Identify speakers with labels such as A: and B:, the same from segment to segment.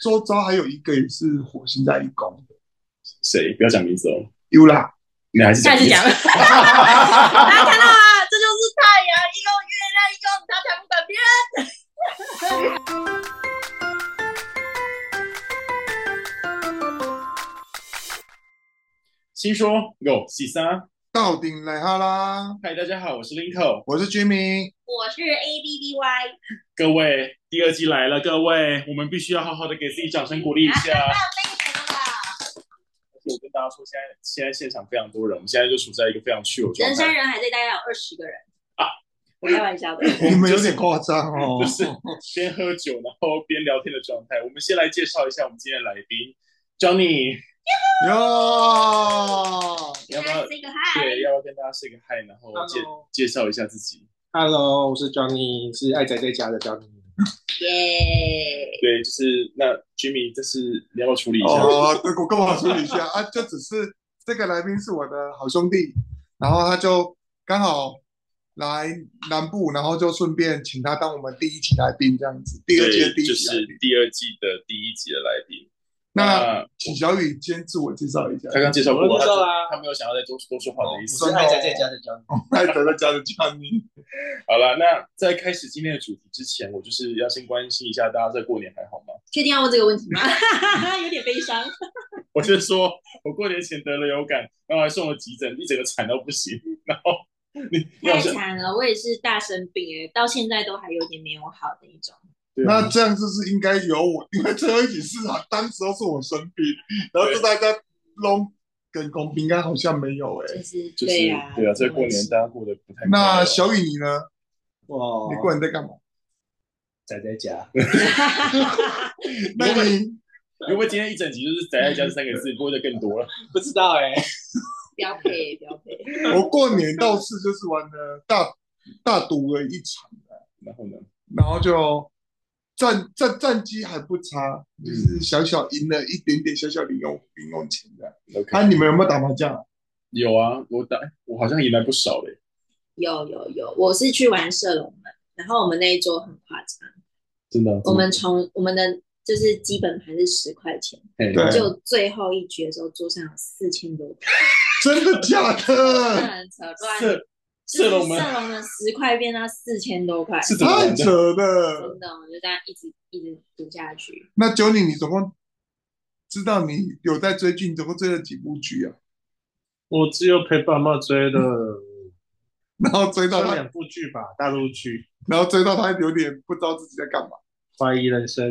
A: 周遭还有一个也是火星在一宫的，
B: 谁？不要讲名字哦，
A: 有 啦，
B: 你还是
C: 下
B: 名
C: 次
B: 字
C: 讲。 大家看到啊，这就是太阳一个月亮一个，他才不管别人。
B: 新说有喜三，
A: 到顶来哈啦！
B: 嗨，大家好，我是 Linko，
A: 我是居民，
C: 我是 A B B Y，
B: 各位，第二季来了，各位，我们必须要好好的给自己掌声鼓励一 下。我跟大家说，现在现在现场非常多人，我们现在就处在一个非常虚有状
C: 人山
B: 态，
C: 人海，这大概有二十个人
B: 啊
C: 我开玩笑的。
A: 你们有点夸张哦
B: 就。是边喝酒然后边聊天的状态。我们先来介绍一下我们今天的来宾，Johnny，
A: 哟
B: 你 要不要
C: say 个 hi，
B: 对，要不要跟大家 say 个 hi，然后介
D: Hello
B: 介绍一下自己？
D: Hello，我是 Johnny，是爱宅在家的 Johnny。
C: 耶！
B: 对，就是那 Jimmy，这是你要不要处理一下？
A: 哦，对我跟我说一 下啊，就只是这个来宾是我的好兄弟，然后他就刚好来南部，然后就顺便请他当我们第一期来宾这样子，第二季的
B: 对，
A: 第
B: 就
A: 一期来
B: 是
A: 宾。
B: 第二季的第一集的来宾。
A: 那
B: 那
A: 请小雨先自我介绍一下，
B: 他刚介绍过，
D: 我
B: 他
D: 介绍啦
B: 他没有想要再多多说话的意
D: 啊我
B: 思。
D: 是爱宅在家的 Johnny。
A: 爱德的家的家你。
B: 好了，那在开始今天的主题之前，我就是要先关心一下大家在过年还好吗？
C: 确定要问这个问题吗？ 有点悲伤。
B: 我就说我过年前得了流感，然后还送了急诊，一整个惨到不行。 然后你你好
C: 太
B: 像
C: 惨了，我也是大生病哎，到现在都还有点没有好的一种。
B: 对啊
A: 那这样就是应该由我，因为最后一起是啊，当时都是我生病，然后就大家弄跟公平，应该好像没有哎、
C: 就是
B: 就是
C: 对啊，
B: 对啊，在过年大家过得不太快乐
A: 那小雨你呢？
D: 哇，
B: 哦
A: 你过年在干嘛？
D: 宅在家，
A: 那你
B: 如果今天一整集就是宅在家这三个字，过得更多了。
D: 不知道哎、
C: 标配标配。
A: 我过年倒是就是玩了大大赌了一场，
B: 然后呢？
A: 然后就战战战绩还不差，就是小小赢了一点点小小零用零用钱 的。
B: OK，
A: 那、你们有没有打麻将啊？
B: 有啊，我打我好像赢来不少嘞。
C: 有有有，我是去玩射龙门，然后我们那一桌很夸张，
B: 真的啊，
C: 我们从我们的就是基本盘是十块钱，
B: 真的
A: 对
B: 嘿
C: 就最后一局的时候，桌上有四千多块，
A: 真的假
C: 真的
A: 的？
C: 很扯，
B: 嗯
C: 乱
B: 射射龙门
C: 就是射龙门十块变到四千多块，
B: 是怎么
A: 太
B: 玩的？
A: 扯了！
C: 真的，我就这样一直一直赌下去。
A: 那九零，你总共知道你有在追剧，你总共追了几部剧啊？
D: 我只有陪爸妈追的，
A: 然后追到
D: 算
A: 他，
D: 两部剧吧，大陆剧
A: 然后追到他有点不知道自己在干嘛。
D: 《怀疑人生》。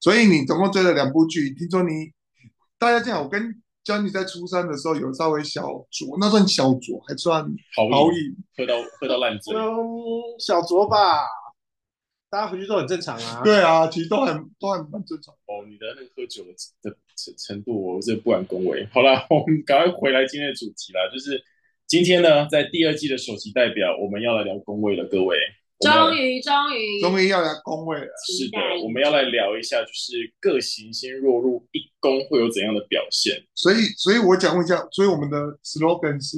A: 所以你总共追了两部剧，听说你大家这样，我跟 Johnny 在初三的时候有稍微小酌，那算小酌，还算
B: 好
A: 好
B: 饮，
A: 饮。
B: 喝到喝到烂醉。
D: 嗯，小酌吧，大家回去都很正常啊。，
A: 对啊，其实都还都还蛮正常。
B: 哦，你的那个喝酒的的程程度，我这不敢恭维。好啦， 我们赶快回来今天的主题啦，就是今天呢，在第二季的首席代表，我们要来聊工位了，各位。我们要
C: 终于终于
A: 终于要来恭维了，
B: 是
C: 期
B: 的
C: 待，
B: 我们要来聊一下，就是各行星落入一宫会有怎样的表现？
A: 所以所以我讲问一下，所以我们的 slogan 是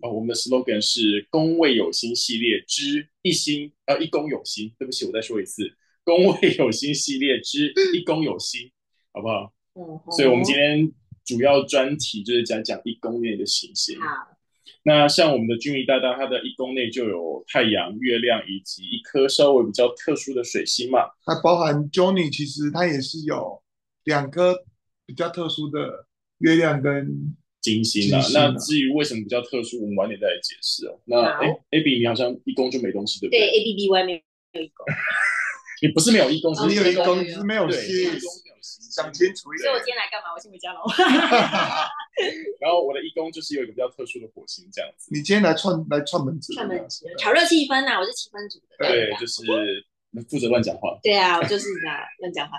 B: 啊、我们的 slogan 是“宫位有星系列之一星”，呃，一宫有星。对不起，我再说一次，“宫位有星系列之一宫有星”，好不好？
C: 嗯哼
B: 所以，我们今天主要专题就是讲讲一宫内的行星。
C: 好，
B: 那像我们的君仪大大，他的一宫内就有太阳、月亮以及一颗稍微比较特殊的水星嘛。
A: 它包含 Johnny，其实它也是有两颗比较特殊的月亮跟
B: 金星啊，
A: 金星啊
B: 那至于为什么比较特殊，我们晚点再来解释哦。那
C: 好
B: 哎，Abby，你好像一宫就没东西，对不
C: 对 A B B Y 没有没有一个，
B: 你不是没有一宫，
C: 哦
B: 只
A: 你
B: 是
A: 有一
C: 对
A: 宫
C: 对
A: 只是没有
B: 对，
A: 心
B: 一，宫没有星
A: 想清楚一
C: 所以
A: 点
C: 我。今天来干嘛？我先回家喽。
B: 然后我的一宫就是有一个比较特殊的火星这样子，
A: 你今天来串来串门子，
C: 串门子，炒热气氛啊呐、我是气氛组的。
B: 对，就是负责乱讲话。
C: 对啊，我就是这样乱讲话。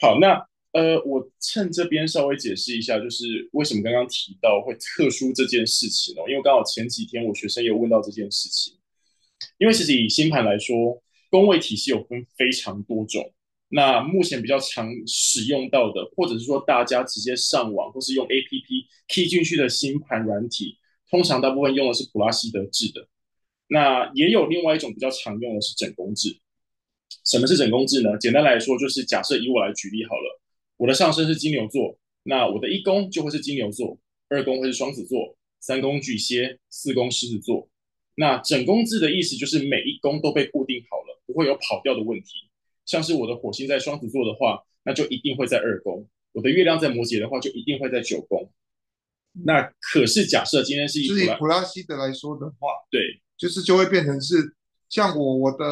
B: 好，那呃，我趁这边稍微解释一下，就是为什么刚刚提到会特殊这件事情哦，因为刚好前几天我学生也有问到这件事情，因为其实以星盘来说，宫位体系有分非常多种。那目前比较常使用到的，或者是说大家直接上网或是用 A P P key 进去的星盘软体，通常大部分用的是普拉西德制的。那也有另外一种比较常用的是整宫制，什么是整宫制呢？简单来说，就是假设以我来举例好了，我的上升是金牛座，那我的一宫就会是金牛座，二宫会是双子座，三宫巨蟹，四宫狮子座。那整宫制的意思就是每一宫都被固定好了，不会有跑掉的问题。像是我的火星在双子座的话，那就一定会在二宫；我的月亮在摩羯的话，就一定会在九宫。那可是假设今天是一
A: 就是以
B: 普拉
A: 普拉西德来说的话，
B: 对
A: 就是就会变成是像我我的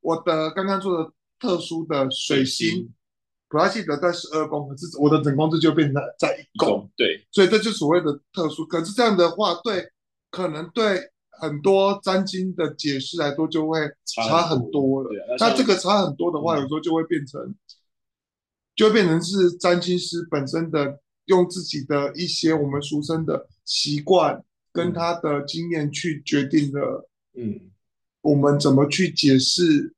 A: 我的刚刚做的特殊的水
B: 水
A: 星
B: 星，
A: 普拉西德在十二宫，可是我的整宫制就变成在一
B: 一
A: 宫，
B: 宫，对
A: 所以这就是所谓的特殊。可是这样的话，对可能对很多占星的解释来说，就会差很多了。
B: 对啊。
A: 那
B: 像
A: 这个差很多的话，有
B: 嗯
A: 时候就会变成，就会变成是占星师本身的用自己的一些我们俗称的习惯跟
B: 嗯
A: 他的经验去决定了
B: 嗯，
A: 我们怎么去解释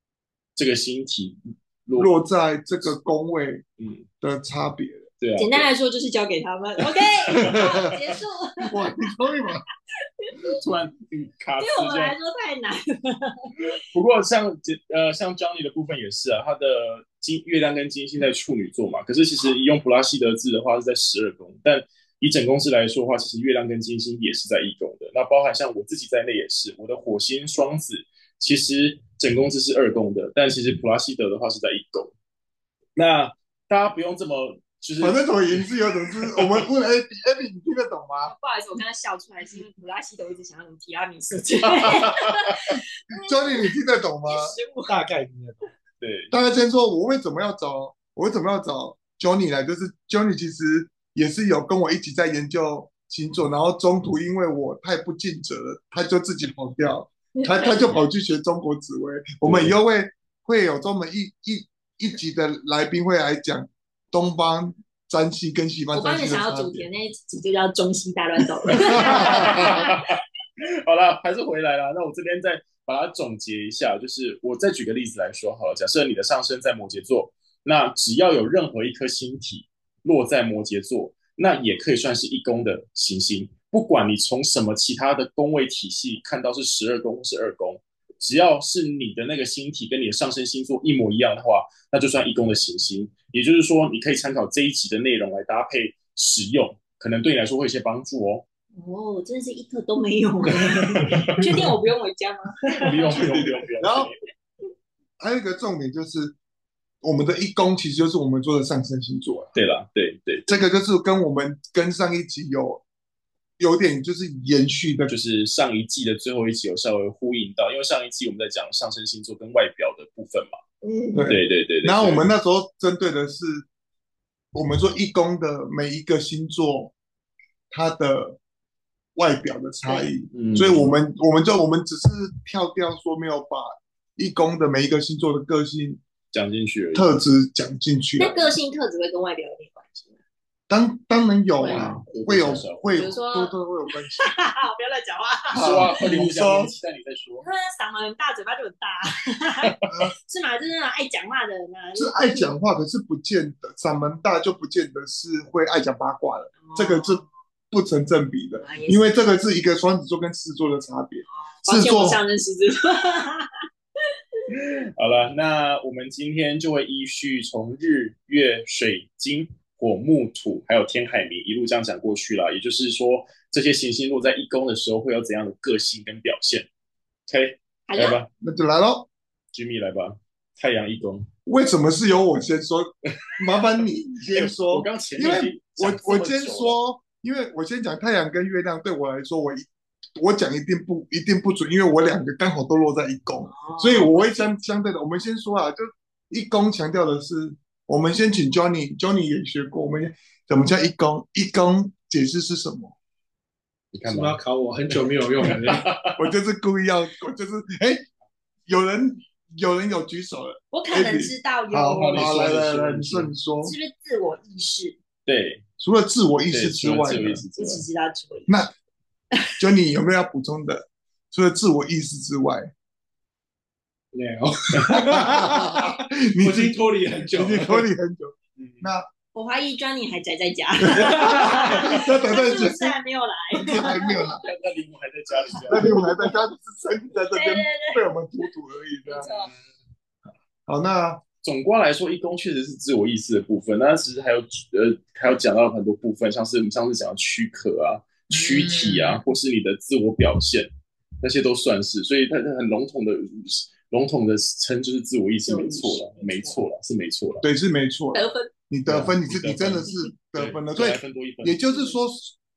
B: 这个星体落
A: 落在这个宫位
B: 嗯，
A: 的差别。
B: 对啊，
E: 简单来说就是交给他 们。OK，好结束。
A: 哇，你可以吗？
B: 突然嗯卡住
E: 对我们
B: 这
E: 来
B: 样。
E: 说太难。
B: 不过像呃像 Johnny 的部分也是啊，他的金月亮跟金星在处女座嘛，可是其实用普拉西德制的话是在十二宫，但以整宫制来说的话，其实月亮跟金星也是在一宫的。那包含像我自己在内也是，我的火星双子其实整宫制是二宫的，但其实普拉西德的话是在一宫。那大家不用这么就是
A: 反正总而言之，有种是我们问 Abby，Abby，你听得懂吗
E: 不好意思，我刚刚笑出来是因为普拉西德一直想要用提拉米苏之 类的
A: ？Johnny，你听得懂吗？
E: 食物。
D: 大概听得懂。
B: 对
A: 大家先说，我为什么要找我为什么要找 Johnny 来？就是 Johnny 其实也是有跟我一起在研究星座，然后中途因为我太不尽责了，他就自己跑 掉，他他就跑去学中国紫薇。我们以后会会有专门一一一集的来宾会来讲东方占星跟西
E: 我
A: 方
E: 帮你
A: 占星的
E: 想
A: 差
E: 要主
A: 别。
E: 题的那一集就叫“中西大乱斗”。
B: 好了，还是回来了。那我这边再把它总结一下，就是我再举个例子来说好了。假设你的上升在摩羯座，那只要有任何一颗星体落在摩羯座，那也可以算是一宫的行星。不管你从什么其他的宫位体系看到是十二宫或是二宫，只要是你的那个星体跟你的上升星座一模一样的话，那就算一宫的行星。也就是说，你可以参考这一集的内容来搭配使用，可能对你来说会有些帮助哦。
E: 哦，真的是一个都没有哎！ 确定我不用回家吗？
B: 不用不用不用不用。
A: 然后还有一个重点就是，我们的一宫其实就是我们做的上升星座啊。
B: 对了，对对，
A: 这个就是跟我们跟上一集有有点就是延续的，
B: 就是上一季的最后一集有稍微呼应到，因为上一季我们在讲上升星座跟外表的部分嘛。
E: 嗯，
A: 对
B: 对对对对。
A: 然后我
B: 对
A: 们那时候针对的是，我们说一宫的每一个星座它的外表的差异，
B: 嗯
A: 所以我们我们就我们只是跳掉说没有把一宫的每一个星座的个性
B: 讲进去而已。
A: 特质讲进去。啊
E: 那个性特质会跟外表有点关 系吗。
A: 当当然有
E: 对
A: 啊
E: 啊，
A: 会有
B: 多多少少
A: 会
E: 比
A: 有
E: 如说
A: 多多会有关系。
E: 好，啊不要乱讲话。
B: 你说啊，快点，我
A: 你
B: 们讲，
A: 说
B: 我期待你再说。
E: 他嗓门很大，嘴巴就很大， 是吗？就是那种爱讲话的人啊，
A: 是爱讲话，可是不见得嗓门大就不见得是会爱讲八卦了。这个是不成正比的，
E: 啊也是
A: 因为这个是一个双子座跟狮子座的差别。
E: 哦抱
A: 狮子
E: 歉，我
A: 座
E: 上任狮子座。
B: 好了，那我们今天就会依序从日月水金火木土还有天海冥一路这样讲过去啦。也就是说，这些行星落在一宫的时候会有怎样的个性跟表现？OK，
A: 哎
C: 哎
E: 好
B: 来
E: 的，
B: 吧
A: 那就来喽。
B: ，Jimmy 来吧，太阳一宫。
A: 为什么是由我先说？麻烦你先
B: 哎
A: 说
B: 我。刚前
A: 因
B: 面已
A: 为
B: 经讲
A: 我我
B: 这么
A: 先
B: 久了，
A: 说，因为我先讲太阳跟月亮，对我来说，我一我讲一定不一定不准，因为我两个刚好都落在一宫，
E: 哦
A: 所以我会相相对的。我们先说啊，就一宫强调的是，我们先请 Johnny，Johnny 也学过，我们怎么叫一宫？一宫解释是什么？
B: 你
D: 为
B: 看
D: 什
B: 吧
D: 么要。考我？很久没有用了。
A: 我就是故意要，我就是哎，有人有人有举手了，
E: 我可能知道有，
A: 好好
B: 你
A: 好，
B: 说
A: 来
B: 你
A: 来
B: 说
A: 来，
B: 你
A: 你说你说，
E: 是不是自我意识？
B: 对，
A: 除了自我意
B: 意
A: 识之外呢，
E: 我只知道自我意识。
A: 那就你有没有要补充的？除了自我意识之外，
D: 没有，
A: 你
D: 我已经脱离很久
A: 已经脱离很久，
E: 我怀疑 Johnny 还宅在家，
A: 那等
E: 他
A: 待
E: 是不
A: 久，
E: 是还没有来？
A: 还没有来，
B: 那灵魂还在家里这
A: 那
B: 样。
A: 你们还在家只是生在这
E: 对对
A: 边
E: 对，
A: 被我们荼毒而已
E: 没
A: 的。
E: 错。
A: 好，那
B: 总括来说，义工确实是自我意识的部分。那其实还有呃，还有讲到很多部分，像是我们上次讲的躯壳啊、躯体啊，或是你的自我表现，那些都算是。所以它它很笼统的笼统的称就是自我意识，没错了，没错了，是没错了。
A: 对是没错，
E: 得分
A: 你得分你自
B: 对
A: 己
B: 你得分
A: 真的是得分了，
B: 对
A: 所以
B: 来分多一分，
A: 也就是说，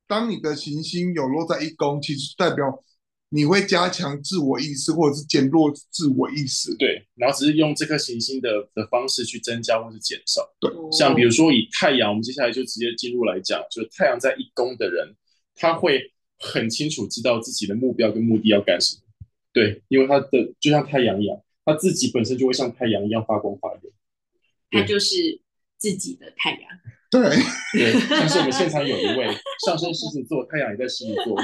A: 当你的行星有落在一宫，其实代表你会加强自我意识，或者是减弱自我意识。
B: 对，然后只是用这颗行星的的方式去增加或是减少。
E: 哦
B: 像比如说以太阳，我们接下来就直接进入来讲，就是太阳在一宫的人，他会很清楚知道自己的目标跟目的要干什么。对，因为他的就像太阳一样，他自己本身就会像太阳一样发光发热。
C: 它就是自己的太阳。
A: 对，
B: 对，像是我们现场有一位上升狮子座，太阳也在狮子座，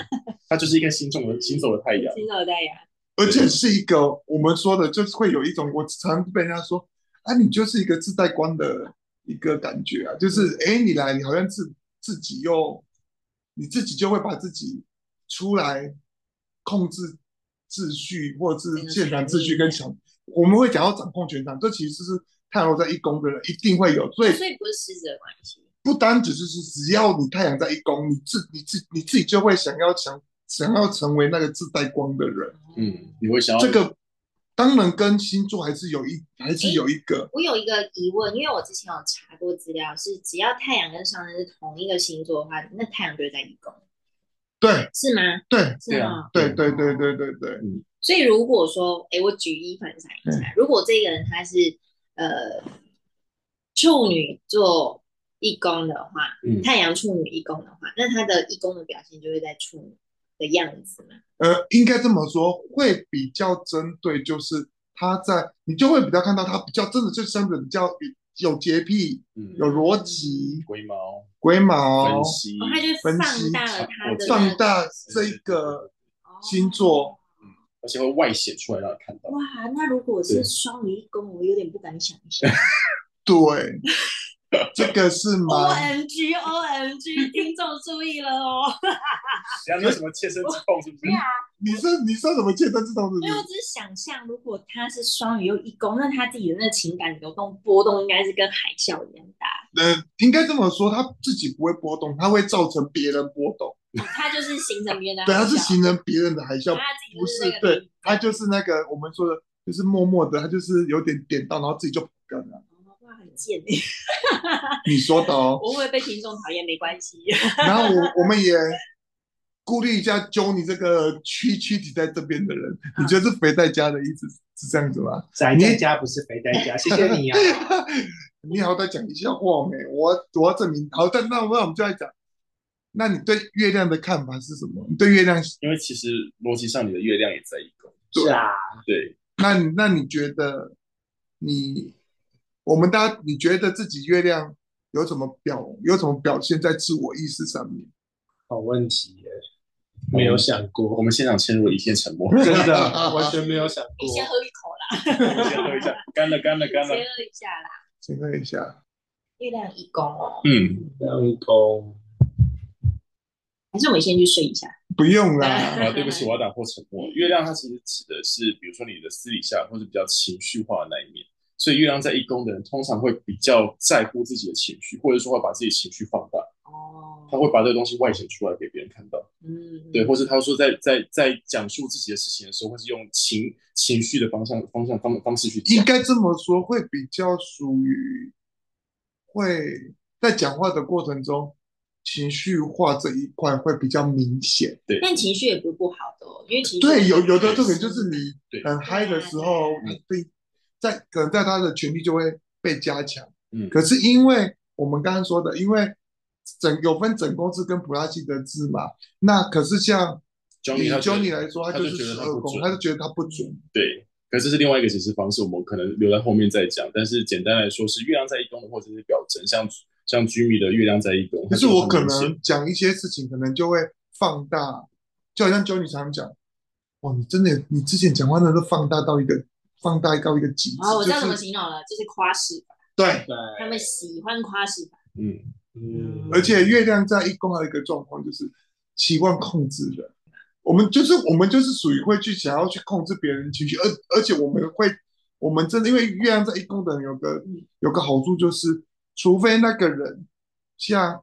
B: 他就是一个心中的行走的太阳。
C: 行走的太阳，
A: 而且是一个我们说的，就是会有一种我常被人家说啊，你就是一个自带光的一个感觉啊，就是哎，诶你来，你好像自自己又你自己就会把自己出来控制秩序，或者是现场秩序跟小，我们会讲到掌控全场，这其实是太阳在一宫的人一定会有，所以
C: 所以不是狮子的关系。
A: 不单只是是只要你太阳在一宫，你自你自你自己就会想要想想要成为那个自带光的人。
B: 嗯，你会想要
A: 这个当然跟星座还是有一还是有一个，
C: 我有一个疑问，因为我之前有查过资料，是只要太阳跟上升是同一个星座的话，那太阳就会在一宫，
A: 对
C: 是吗？
A: 对
C: 是
B: 对
C: 吗
B: 啊？
A: 对对对对对对，
C: 所以如果说，哎，我举一反三一
A: 嗯
C: 下，如果这个人他是呃处女座一宫的话，
B: 嗯
C: 太阳处女一宫的话，那他的一宫的表现就会在处女的样子嘛？
A: 呃，应该这么说，会比较针对就是他在你就会比较看到他比较真的就相对比较有洁癖、
B: 嗯
A: 有逻辑、
B: 龟毛
A: 龟毛
B: 分、析
C: 哦，他就
A: 嗯分
C: 放
A: 析
C: 大了他的
A: 放大这
B: 是
A: 一个
C: 哦
A: 星座。
B: 而且会外显出来让你看到。
C: 哇，那如果是双鱼一宫，我有点不敢想象。
A: 对，这个是
B: 哦
C: O
B: 哎
A: 蛮
C: M G O M G，听众注意了哦！
B: 然后你有什么切身之痛是不是
C: 对？啊，
A: 你是你是怎么见到这种
C: 因为我
A: 人？
C: 只是想象，如果他是双鱼又一宫，那他自己的那个情感流动波动应该是跟海啸一样大。
A: 呃，应该这么说，他自己不会波动，他会造成别人波动。
C: 哦他就是形成别人的
A: 对，
C: 海
A: 他
C: 啸，
A: 是形成别人的海
C: 然
A: 啸
C: 后，他自己
A: 不
C: 就是是那个
A: 对，他就是那个我们说的，就是默默的，他就是有点点到，然后自己就跑掉了。
C: 哦哇，很贱耶。
A: 你说的哦。
C: 我会不会被听众讨厌？没关系。
A: 然后我我们也顾虑一下 Johnny 这个躯躯体在这边的人，你觉得是肥在家的意思是这样子吗？
D: 宅在家不是肥在家，谢谢你啊。
A: 你好歹讲一下话没？我我要证明。好，但那那我们就来讲，那你对月亮的看法是什么？你对月亮，
B: 因为其实逻辑上你的月亮也在一宫，
A: 对
D: 是啊，
B: 对，
A: 那你那你觉得你我们大家，你觉得自己月亮有什么表有什么表现在自我意识上面？
D: 好问题耶，没有想
B: 我
D: 过，。
B: 们现场陷入了一片 沉默
D: 真的啊完全没有想
C: 你先
D: 过。
C: 喝一口啦，
B: 我先喝一下，干了，干了，干
C: 先喝
B: 了。
C: 一下啦。
A: 请问一下，
C: 月亮一宫哦，
B: 嗯，
D: 阳公，
C: 还是我们先去睡一下？
A: 不用 啦，
B: 啊，对不起，我要打破沉默。月亮它其实指的是，比如说你的私底下或者比较情绪化的那一面，所以月亮在一宫的人通常会比较在乎自己的情绪，或者说会把自己的情绪放大，他
C: 哦，
B: 会把这个东西外显出来给别人看到，
C: 嗯，
B: 对，或是他说在在在讲述自己的事情的时候，会是用情情绪的方向方向方方式去
A: 应
B: 讲，
A: 该这么说，会比较属于会在讲话的过程中，情绪化这一块会比较明显。
C: 但情绪也不是不好的哦，因为情绪
A: 对，有有的这个就是你
B: 对
A: 很嗨的时候，
B: 对
A: 你对，在可能在他的权利就会被加强。
B: 嗯，
A: 可是因为我们刚刚说的，因为整有分整宫制跟普拉西德制嘛，那可是像以
B: Johnny 他觉得
A: Johnny 来说，他
B: 他就
A: 就是
B: 觉得
A: 十
B: 他
A: 二
B: 不
A: 宫，
B: 准
A: 他就觉得他不准。
B: 对，可是这是另外一个解释方式，我们可能留在后面再讲。但是简单来说，是月亮在一宫的或者是表征，像像居米的月亮在一宫，
A: 可是
B: 它就
A: 我
B: 很
A: 可
B: 明显
A: 能讲一些事情，可能就会放大，就好像 Johnny 常讲，哇，你真的，你之前讲话那都放大到一个放大到一个极致，
C: 哦，我知
A: 就
C: 道怎么
A: 是
C: 形容了，就是夸饰法，
A: 对。
D: 对，
C: 他们喜欢夸饰法。
B: 嗯，
D: 嗯
A: 而且月亮在一宫还有一个状况就是习惯控制人，我们就是我们就是属于会去想要去控制别人情绪，而而且我们会我们真的因为月亮在一宫的人有个有个好处就是，除非那个人像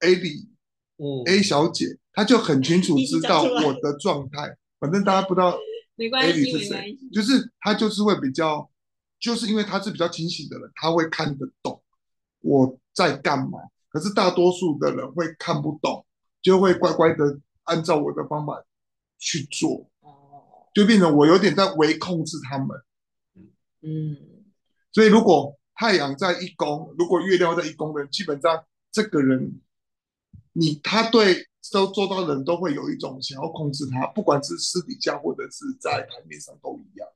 A: A 李
D: 嗯
A: A 小姐，她就很清 楚
C: 一直
A: 知
C: 讲
A: 道
C: 出来
A: 我的状态，反正大家不知道
C: 没关
A: A
C: 系，
A: 李是
C: 没关
A: 谁
C: 系，，
A: 就是她就是会比较，就是因为她是比较清醒的人，她会看得懂我在干嘛，可是大多数的人会看不懂，就会乖乖的按照我的方法去做。
C: 哦，
A: 就变成我有点在微控制他们。
C: 嗯，
A: 所以如果太阳在一宫，如果月亮在一宫的人，基本上这个人，你他对周周遭的人都会有一种想要控制他，不管是私底下或者是在台面上都一样。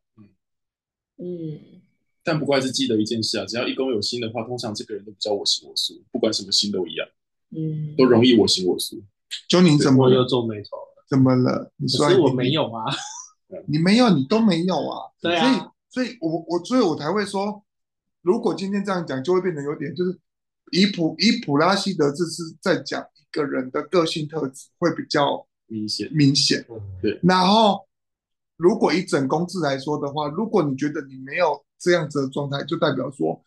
C: 嗯，
B: 但不怪是记得一件事啊，只要一宫有心的话，通常这个人都比较我行我素，不管什么心都一样，
C: 嗯，
B: 都容易我行我素。
A: 就你怎么
D: 我又
A: 了？
D: 皱眉头了，
A: 怎么了？你说
D: 可是我没，有啊。
A: 你没有，你都没有啊。
D: 对啊，
A: 所以，所以我我所以我才会说，如果今天这样讲，就会变得有点就是以普以普拉西德这是在讲一个人的个性特质会比较
B: 明显，
A: 明显。
D: 嗯
A: 然后，如果以整公制来说的话，如果你觉得你没有这样子的状态，就代表说，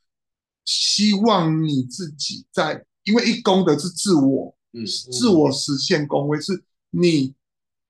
A: 希望你自己在，因为一宫的是自我、
B: 嗯，
A: 自我实现宫位，是你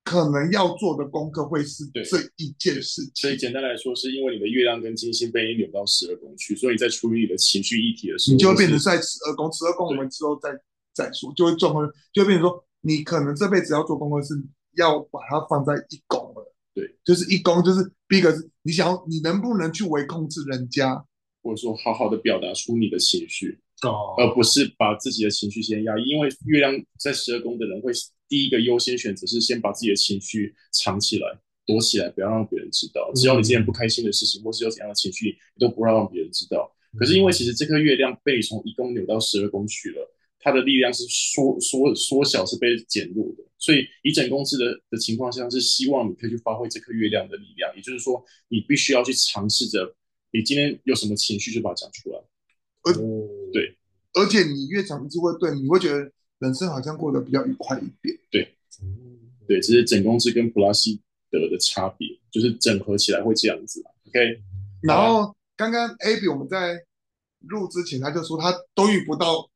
A: 可能要做的功课会是
B: 对
A: 这一件事
B: 所以
A: 情，
B: 简单来说，是因为你的月亮跟金星被你扭到十二宫去，所以在处理你的情绪议题的时候，
A: 你就会变成
B: 就是
A: 在十二宫，十二宫我们之后再再说，就会状况就会变成说，你可能这辈子要做功课是要把它放在一宫了，
B: 对，
A: 就是一宫，就是第一个是你想要你能不能去微控制人家。
B: 或者说好好的表达出你的情绪，
D: 哦，
B: 而不是把自己的情绪先压抑。因为月亮在十二宫的人会第一个优先选择是先把自己的情绪藏起来、躲起来，不要让别人知道。只要你今天不开心的事情，或是有怎样的情绪，你都不要让别人知道。可
D: 嗯
B: 是因为其实这颗月亮被从一宫扭到十二宫去了，它的力量是缩缩缩小，是被减弱的。所以以整公司的的情况下，是希望你可以去发挥这颗月亮的力量，也就是说，你必须要去尝试着，你今天有什么情绪就把它讲出来。
A: 而
B: 对
A: 而且你越长智慧，对，你会觉得人生好像过得比较愉快一点。
B: 对，这是整公司跟普拉西德的差别，就是整合起来会这样子嘛。OK，
A: 然
B: 啊
A: 后刚刚 Abby 我们在录之前，他就说他都遇不到，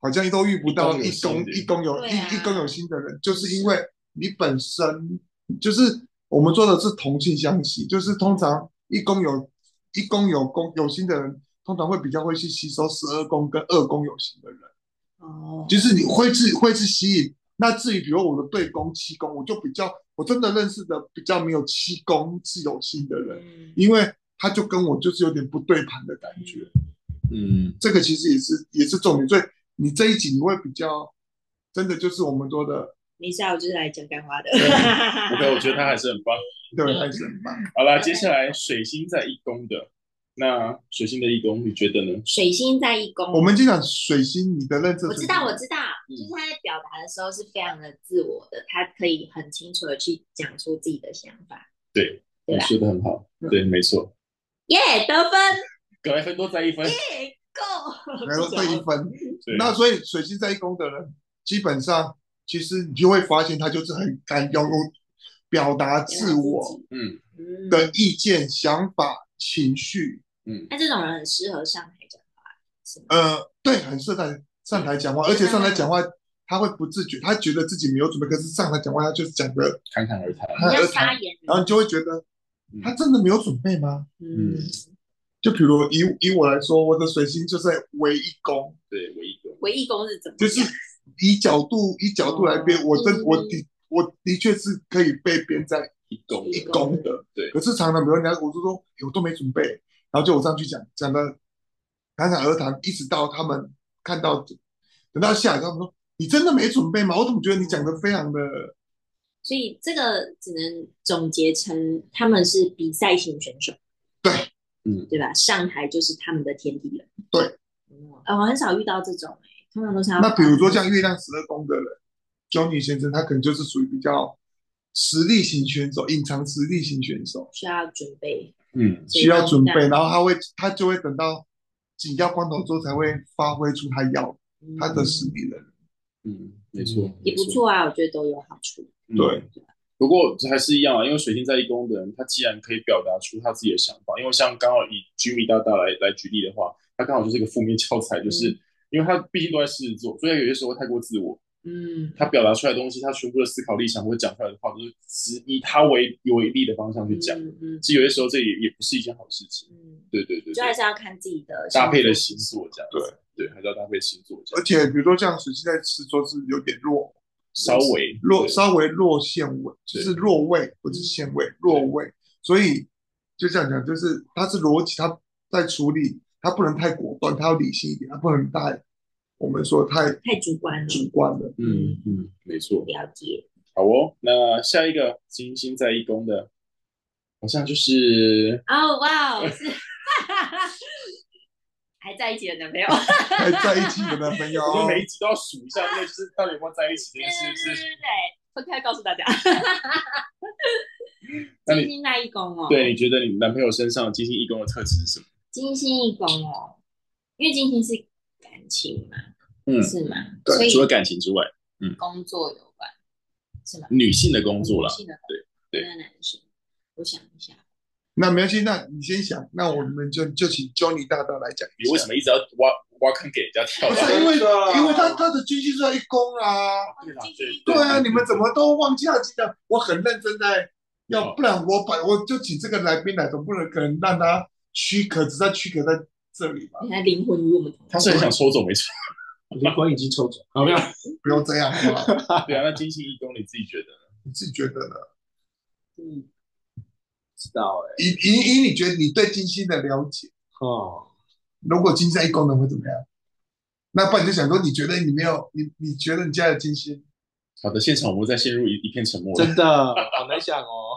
A: 好像都遇不到一
B: 一公有
A: 公
B: 心的
A: 一公有
C: 对
A: 一
C: 啊
A: 一公有心的人，就是因为你本身就是我们做的是同性相吸，就是通常一公有一公有公有心的人，通常会比较会去吸收十二宫跟二宫有心的人。
C: 哦，
A: 就是你会是会是吸引。那至于比如我的对宫七宫，我就比较我真的认识的比较没有七宫自由心的人，
C: 嗯
A: 因为他就跟我就是有点不对盘的感觉。
B: 嗯，
A: 这个其实也是也是重点，所以你这一集你会比较真的就是我们说的
C: 没事啊，我就是来讲干话的。
B: OK，我觉得他还是很棒。
A: 对还是很棒。
B: 好啦，接下来水星在一宫的，那水星的一宫，你觉得呢？
C: 水星在一宫，
A: 我们就讲水星，你的认知
C: 我知道，我知道，
B: 嗯
C: 就是他在表达的时候是非常的自我的，他可以很清楚的去讲出自己的想法。
B: 对，
C: 对
B: 你
C: 吧
B: 说的很好，对，没错，
C: 耶、得分
B: 格莱芬多在一分，
C: ，Go！
A: 然后 对一分。
B: 对，
A: 那所以水星在一宫的人，基本上其实你就会发现他就是很敢用表达自我。
B: 嗯
C: 嗯，
A: 的意见、想法、情绪，
B: 嗯，
C: 那这种人很适合上台讲话，是吗？
A: 呃，对，很适合在上台讲话，而且上台讲话他会不自觉，他觉得自己没有准备，可是上台讲话他就是讲的，
B: 侃侃而谈，
A: 他
C: 比较
A: 而
C: 发
A: 谈，
C: 言人，
A: 然后你就会觉得
B: 嗯
A: 他真的没有准备吗？
C: 嗯
B: 嗯，
A: 就比如以以我来说，我的水星就在唯一宫，
B: 对，唯一一宫，
C: 唯一宫是怎么
A: 就
C: 讲？
A: 是以角度以角度来编，
C: 哦
A: 我真
C: 嗯
A: 我的我的确是可以被编在
B: 一宫，
A: 一宫的，
B: 对
A: 可是常常比如人家我就说欸我都没准备，然后就我上去讲讲的侃侃而谈，一直到他们看到等到下来，他们说你真的没准备吗？我怎么觉得你讲的非常的
C: 所以这个只能总结成他们是比赛型选手，
A: 对，
B: 嗯
C: 对吧？上台就是他们的天敌人，
A: 对
C: 嗯，呃，我很少遇到这种、欸，通常都
B: 啊
C: 是要
A: 那比如说像月亮十二宫的人，Johnny 先生，他可能就是属于比较实力型选手，隐藏实力型选手，
C: 需要准备，
B: 嗯，
C: 所以
A: 需要准备，
C: 让
A: 然后他会他就会等到紧要关头之后才会发挥出他要他的实力的。
B: 嗯，没错，
C: 也不错啊，我觉得都有好处。
B: 没错，
A: 对
B: 嗯，不过还是一样啊，因为水星在一宫的人，他既然可以表达出他自己的想法，因为像刚好以 Jimmy 大大来来举例的话，他刚好就是一个负面教材，就是因为他毕竟都在狮子座，所以有些时候会太过自我，
C: 嗯，
B: 他表达出来的东西，他全部的思考力想或者讲出来的话，都是只以他为为例的方向去讲，
C: 嗯嗯
B: 其实有些时候这也也不是一件好事情。
C: 嗯，
B: 对对对
C: 就
B: 对
C: 还是要看自己的
B: 搭配的
C: 星
B: 星座这样子，对对，还是要搭配星座这
A: 而
B: 样，
A: 且比如说像水星在狮子座是有点弱，
B: 稍微
A: 弱
B: 对
A: 稍微弱线位，就
B: 对
A: 是弱位，不是线位，弱位。所以就这样讲，就是它是逻辑，它在处理，它不能太果断，它要理性一点，它不能太我们说太
C: 座太主观了，
A: 主观了。
B: 嗯嗯，没错。
C: 了解。
B: 好哦，那下一个金星在一宫的，好像就是
C: 哦，哇哦，是 还在一起的男朋友，
A: 还在一起的男朋友
B: 我们每一集都要数一下，那就是到底有没有在一起这件事，是不是？
C: 对，分开告诉大家。
B: 那
C: 金
B: 你
C: 星那一宫哦，
B: 对，你觉得你男朋友身上金星一宫的特质是什么？
C: 金星一宫哦，因为金星是感情嘛，
B: 嗯，
C: 是吗？所
B: 对，
C: 以
B: 除了感情之外，
C: 工作有关，是吗？
B: 女性的工作啦
C: 女，性的工作
B: 对
C: 那男生，我想一下，
A: 那没关系，那你先想，那我们就就请 Johnny 大大来讲一
B: 你
A: 下。
B: 为什么一直要挖挖坑给人家跳
A: 不是
B: 啊？
A: 因为因为他
D: 他
A: 他的军星在一宫啊。
B: 对啦
C: 金星一
A: 对
B: 对
C: 宫
A: 啊，你们怎么都忘记了？今天我很认真在，要
B: 哦
A: 不然我把我就请这个来宾来，总不能可能让他躯壳只在躯壳在这里吧？
C: 你看灵魂与我们同
B: 他是很想抽走没错。
D: 灵魂已经抽走，好没有？
A: 不要这样，好不好？
B: 对啊，那金星一宫你自己觉得呢？
A: 你自己觉得呢？
D: 嗯，知道哎、
A: 以以以你觉得你对金星的了解，
D: 哦，
A: 如果金星在一宫能会怎么样？那不然你就想说，你觉得你没有你你觉得你家的金星
B: 好的，现场我们再陷入一一片沉默了。
D: 真的好难想哦。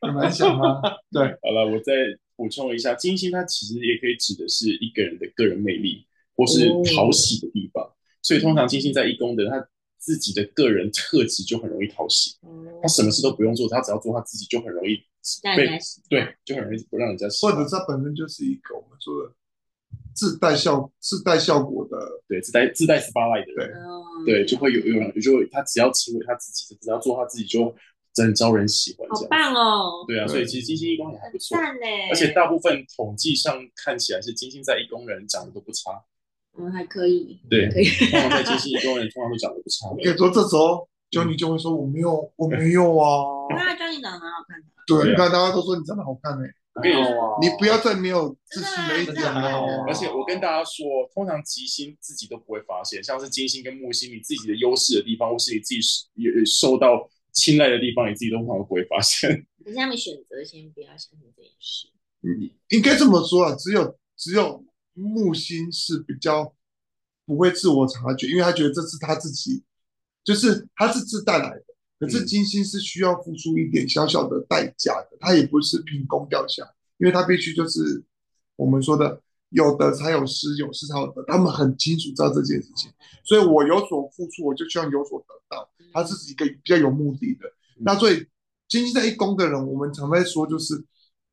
A: 很难想吗？
B: 好了，我再补充一下，金星它其实也可以指的是一个人的个人魅力，或是
C: 哦
B: 讨喜的地方。所以通常金星在一宫的人，他自己的个人特质就很容易讨喜，他什么事都不用做，他只要做他自己就很容易，
C: 让人家喜欢
B: 对，就很容易不让人家喜
A: 或
B: 欢。
A: 者是它本身就是一个我们说的自带效自带效果的
B: 对自带自带 spotlight 的人，
C: 嗯
B: 对，就会有有人就会他只要成为他自己，只要做他自己就很招人喜欢这
C: 好
B: 样。
C: 棒哦，
B: 对啊，所以其实金星一宫也还不
C: 很
B: 错，
C: 赞嘞，
B: 而且大部分统计上看起来是金星在一宫的人长得都不差。
C: 嗯还可以，
B: 对
C: 可以，
B: 通常在金星一宫的人通常都长得不差。
A: 我跟你说，这时候 Johnny 就会说我没有，我没有 啊。
C: 那张你长得蛮好看的，
A: 对，
B: 对啊
A: 你看大家都说你长得好看哎，
B: 我跟你
D: 哦
B: 说，
A: 你不要再没有自信了，一
C: 真
A: 点
C: 的
A: 也
C: 啊
A: 还好啊
D: 真。的
B: 而且我跟大家说，通常吉星自己都不会发现，像是金星跟木星，你自己的优势的地方，或是你自己也受到青睐的地方，你自己都通常不会发现。
C: 可是他们选择先不要相信这件事，
A: 应该这么说啊，只有只有木星是比较不会自我察觉，因为他觉得这是他自己，就是他是自带来的。可是
B: 嗯
A: 金星是需要付出一点小小的代价的，他也不是凭空掉下来，因为他必须就是我们说的有得才有失，有失才有得，他们很清楚知道这件事情。所以我有所付出，我就希望有所得到。他是一个比较有目的的。 那所以金星在一宫的人，我们常在说，就是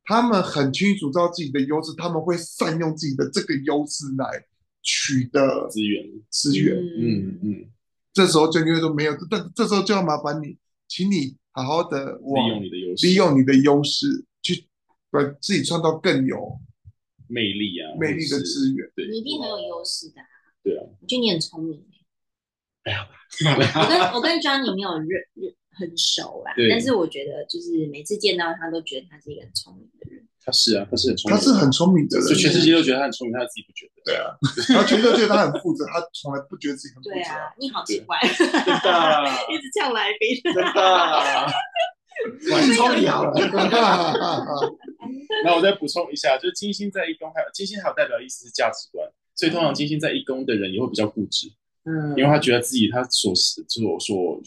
A: 他们很清楚知道自己的优势，他们会善用自己的这个优势来取得
B: 资源，
A: 资源。
B: 嗯嗯，
A: 这时候就就会说没有，这这时候就要麻烦你，请你好好的
B: 利用
A: 往
B: 你的优势，
A: 利用你的优势去把自己创造更有
B: 魅力啊，
A: 魅力的
B: 或是
A: 资源。
B: 对，
C: 你一定很有优势的啊，
B: 对啊，哎
C: 我觉得你很聪明欸。 我跟我跟 Johnny 没有认认很熟啦，
B: 对
C: 但是我觉得就是每次见到他都觉得他是一个很聪明的人。
B: 他是啊，他是很聪
A: 他
B: 明，
A: 是很聪明的人
B: 就，全世界都觉得他很聪明，他自己不觉得。
A: 对啊，然后全世界觉得他很负责，他从来不觉得自己很负
C: 对
A: 责。
C: 啊，你好奇怪，
D: 真的，
C: 一直呛来宾。
D: 真的，
A: 我是超你啊 好了。
B: 那我再补充一下，就是金星在一宫，还有金星还有代表意思是价值观，所以通常金星在一宫的人也会比较固执，
C: 嗯
B: 因为他觉得自己他所所所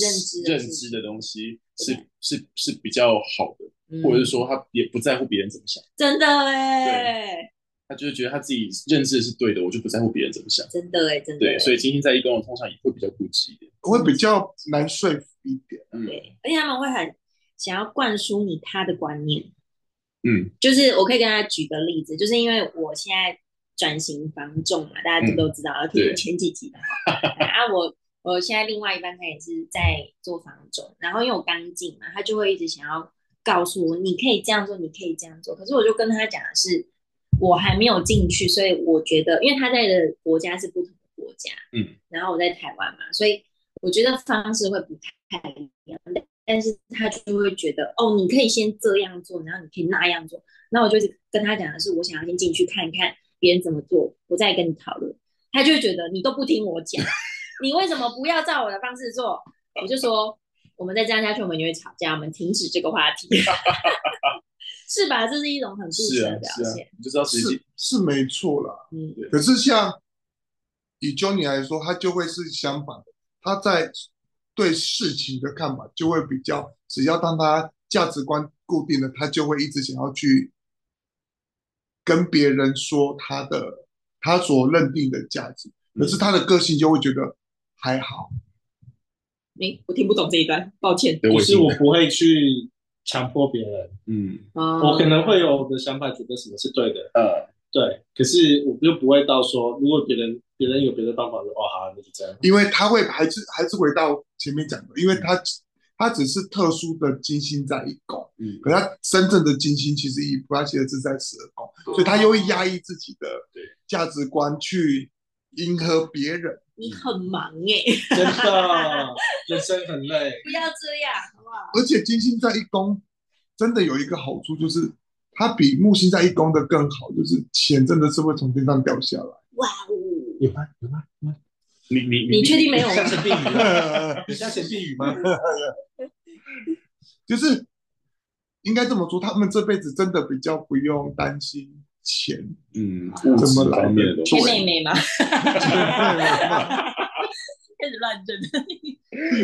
C: 认知的
B: 认
C: 事
B: 知的东西
C: 对
B: 是是是比较好的，或者是说他也不在乎别人怎么想，
C: 嗯真的哎，
B: 他就是觉得他自己认知的是对的，我就不在乎别人怎么想。
C: 真的哎，真的
B: 对，
C: 欸。
B: 所以金星在一宫的通常也会比较固执一点。
A: 会比较难说服一点。
B: 嗯
C: 对，而且他们会很想要灌输你他的观念。
B: 嗯，
C: 就是我可以跟大家举个例子，就是因为我现在转型房仲嘛，大家都知道，要听
B: 嗯对
C: 前几集的哈。啊，我我现在另外一半他也是在做房总，然后因为我刚进嘛，他就会一直想要告诉我，你可以这样做，你可以这样做。可是我就跟他讲的是，我还没有进去，所以我觉得，因为他在的国家是不同的国家，
B: 嗯，
C: 然后我在台湾嘛，所以我觉得方式会不太一样，但但是他就会觉得，哦，你可以先这样做，然后你可以那样做。那我就是跟他讲的是，我想要先进去看看别人怎么做，我再跟你讨论。他就会觉得你都不听我讲， 你为什么不要照我的方式做？我就说，我们再这样下去，我们就会吵架，我们停止这个话题， 是吧？这是一种很固执
B: 是啊
C: 的表
B: 是啊
C: 现，，
B: 你就知道实际
A: 是是没错啦。
C: 嗯，
A: 可是像以 Johnny 来说，他就会是相反的，他在对事情的看法就会比较，只要当他价值观固定了，他就会一直想要去跟别人说他的他所认定的价值。可是他的个性就会觉得还好，
C: 你我听不懂这一段，抱歉。
B: 对
D: 就
B: 我
D: 是我不会去强迫别人，
B: 嗯
C: 我
D: 我可能会有我的想法，觉得什么是对的，
B: 呃
D: 对。可是我就不会到说，如果别人别人有别的方法，我就哦好啊，那就这样。
A: 因为他会还是还是回到前面讲的，因为他他只是特殊的金星在一宫，
B: 嗯
A: 可他真正的金星其实以普拉提的是在十二宫，所以他又会压抑自己的
B: 对
A: 价值观去迎合别人。
C: 你很忙哎、
D: 真的，人生很累。
C: 不要这样，好不好？
A: 而且金星在一宫真的有一个好处，就是它比木星在一宫的更好，就是钱真的是会从天上掉下
C: 哇哦，
D: 有吗？有吗？有吗？
B: 你你
C: 你确定没有吗
D: 像陈碧宇吗？
A: 来。
D: 你像陈碧宇吗？
A: 就是应该这么说，他们这辈子真的比较不用担心 钱。
B: 嗯
A: 么
B: 物质方面的东西
C: 天
A: 来的
C: 妹妹吗？ 开始乱震。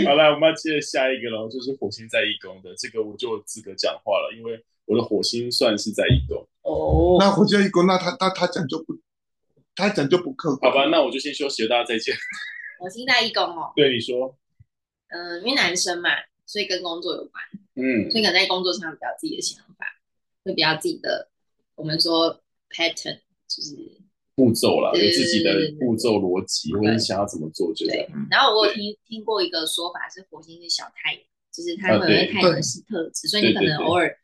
B: 好了，我们要接着下一个喽，就是火星在一宫的，这个我就有资格讲话了，因为我的火星算是在一宫。
C: 哦，
A: 那回家一宫，那他那他讲就不，他讲就不客观。
B: 好吧，那我就先休息了，大家再见。
C: 我星在义工哦，
B: 对你说，
C: 嗯、因为男生嘛，所以跟工作有关，
B: 嗯
C: 所以可能在工作上比较自己的想法，会比较自己的，我们说 pattern 就是
B: 步骤啦，
C: 对
B: 有
C: 对
B: 自己的
C: 对对对
B: 步骤逻辑，或者是想要怎么做，就这样。
C: 对。然后我有听听过一个说法是火星是小太阳，就是它会
B: 啊
C: 有一个
B: 对
C: 太阳系特质，所以你可能偶尔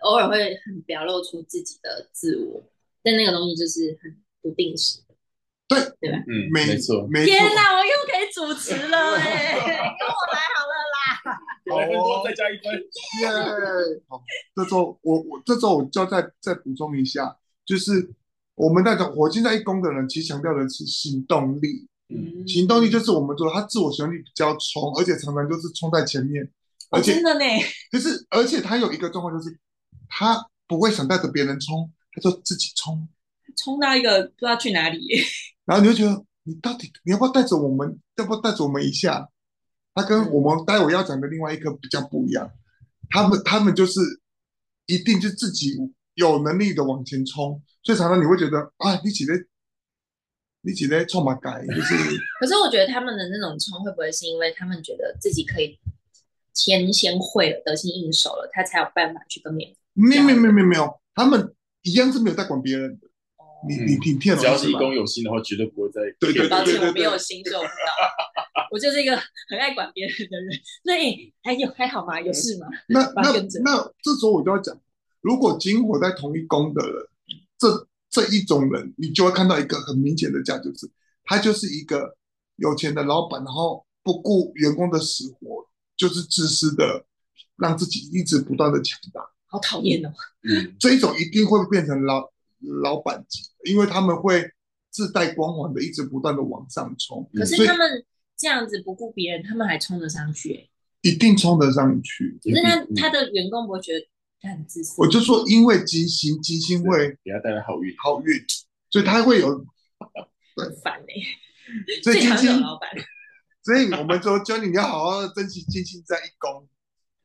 C: 偶尔会很表露出自己的自我，但那个东西就是很不定时的。
B: 嗯，
A: 没
B: 没错。
A: 没错。
C: 天哪，我又可以主持了哎、跟我来好了啦。
A: 好
B: 两
A: 哦
B: 分多再加一分。
A: 耶！好，这周我我这周我就要再再补充一下，就是我们那种火星在一宫的人，其实强调的是行动力。
B: 嗯
A: 行动力就是我们说他自我行动力比较冲，而且常常就是冲在前面，而
C: 哦
A: 且
C: 真的呢，
A: 就是而且他有一个状况就是，他不会想带着别人冲，他就自己冲，
C: 冲到一个不知道去哪里耶。
A: 然后你就觉得你到底你要不要带着我们，要不要带着我们一下？他跟我们待会要讲的另外一个比较不一样，他们他们就是一定就自己有能力的往前冲，所以常常你会觉得啊，你起来，你起来冲嘛改，就是
C: 可是我觉得他们的那种冲，会不会是因为他们觉得自己可以先先会了，得心应手了，他才有办法去跟别人？
A: 没有没有没有没有没有，他们一样是没有在管别人的，你你你听得
B: 嗯只要
A: 懂
B: 是
A: 是
B: 一
A: 吧？
B: 公有心的话，绝对不会再
A: 对对
C: 抱
A: 对
C: 歉，我没有心，所以我不知道。 我就是一个很爱管别人的人。那、欸、还有还好吗？有事吗？
A: 那
C: 把
A: 那
C: 原则
A: 那这时候我就要讲，如果金火在同一宫的人，这这一种人，你就会看到一个很明显的价值，就是他就是一个有钱的老板，然后不顾员工的死活，就是自私的，让自己一直不断的强大。
C: 好讨厌哦！
B: 嗯
A: 这一种一定会变成老老板级，因为他们会自带光环的，一直不断的往上冲，
C: 可是
A: 嗯所以
C: 他们这样子不顾别人，他们还冲得上去、欸。
A: 一定冲得上去。
C: 可是他、
B: 嗯
C: 他的员工不会觉得他很自私
A: 我。就说，因为金星，金星会
B: 给他带来好运。
A: 好运，所以他会有
C: 很烦哎、
A: 所以
C: 最
A: 金
C: 讨厌
A: 星，
C: 老板。
A: 所以我们说教你要好好的珍惜金星在一宫，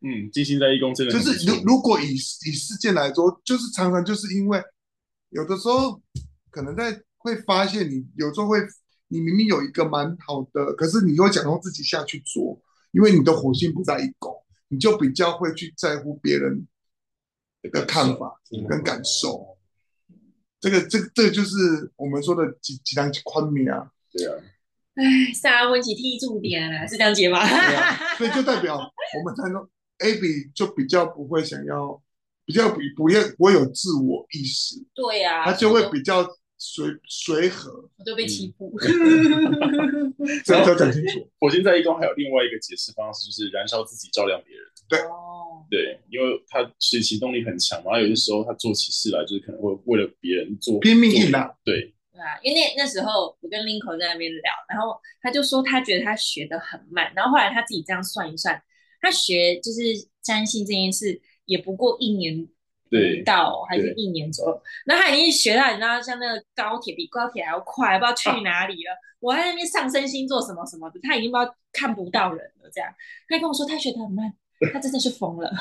B: 嗯，金星在一宫真的
A: 就
B: 很不
A: 是
B: 错
A: 如如果以以事件来说，就是常常就是因为有的时候可能在会发现你有时候会你明明有一个蛮好的，可是你又假装自己下去做，因为你的火星不在一宫，你就比较会去在乎别人的看法跟感受。这个这个这个就是我们说的几几堂宽面啊，
B: 对啊，
C: 哎，萨拉温奇踢住点了，是这样解吗？
A: 对 啊，所以就代表我们才能 A B 就比较不会想要，比较不不要不会有自我意识，
E: 对
C: 啊
E: 呀、
A: 他就会比嗯较随随和，
E: 我都被欺 负。
A: 这样要讲清楚。
B: 火星在一宫还有另外一个解释方式，就是燃烧自己照亮别人。
A: 对
E: 哦，
B: 对，因为他是行动力很强嘛，他有些时候他做起事来就是可能会为了别人做
A: 拼命一打。
B: 对，
E: 对啊，因为那那时候我跟 Linko 在那边聊，然后他就说他觉得他学的很慢，然后后来他自己这样算一算，他学就是占星这件事也不过一年
B: 对
E: 到还是
B: 对
E: 一年左右，那他已经学到你知道像那个高铁比高铁还要快，不知道去哪里了。我还在那边上升星座什么什么的，他已经不知道看不到人了。这样，他跟我说他学得很慢，他真的是疯 了。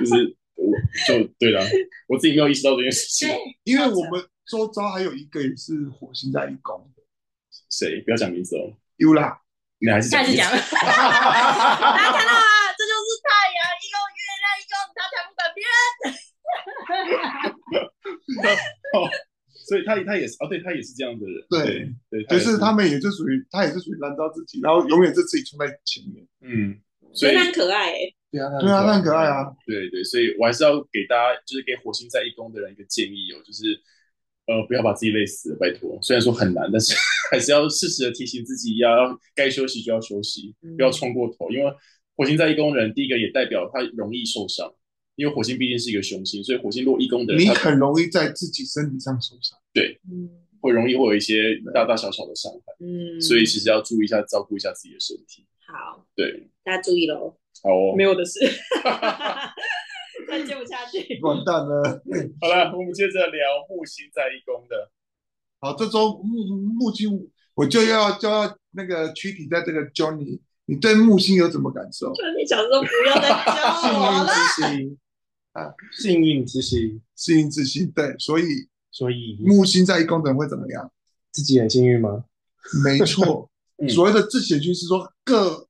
B: 就是我就对了，我自己没有意识到这件事情。
E: 对，
A: 因为我们周遭还有一个也是火星在一宫的
B: 谁不要讲名字哦，
A: u l a
B: 你还是
E: 下次
B: 讲名字
E: 讲，大家看到啊，这就是太阳，一个月亮，一个他谈不懂别人。
B: 哦所以他他也是哦，对他也是这样的人，
A: 对
B: 对，对
A: 就是他们也是属于，他也是属于燃烧自己，然后永远是自己冲在前面。
B: 嗯，所以
C: 所以他很可爱哎、
B: 对啊，
A: 对啊，那很可爱啊。
B: 对对，所以我还是要给大家，就是给火星在一宫的人一个建议哦，就是呃，不要把自己累死了，拜托。虽然说很难，但是还是要适时的提醒自己要，要该休息就要休息，
C: 嗯
B: 不要冲过头。因为火星在一宫的人，第一个也代表他容易受伤，因为火星毕竟是一个凶星，所以火星落一宫的人，
A: 你
B: 他
A: 很容易在自己身体上受伤。
C: 嗯
B: 会容易会有一些大大小小的伤害，
C: 嗯，
B: 所以其实要注意一下，照顾一下自己的身体。
C: 好，
B: 对，
C: 大家注意喽，
B: 好哦，
C: 没有的 事，他接不下去。
A: 完蛋了！
B: 好了，我们接着聊木星在一宫的。
A: 好，这周木木星，我就要就要那个躯体在这个 Johnny，你对木星有什么感受？
C: 突然间想说不要再
D: 幸
C: 教我
D: 运
C: 了，
D: 之星
A: 啊，
D: 幸运之星，
A: 适应自信，对，所以
D: 所以
A: 木星在一宫的人会怎么样？
D: 自己很幸运吗？
A: 没错
B: 嗯，
A: 所谓的自显运是说各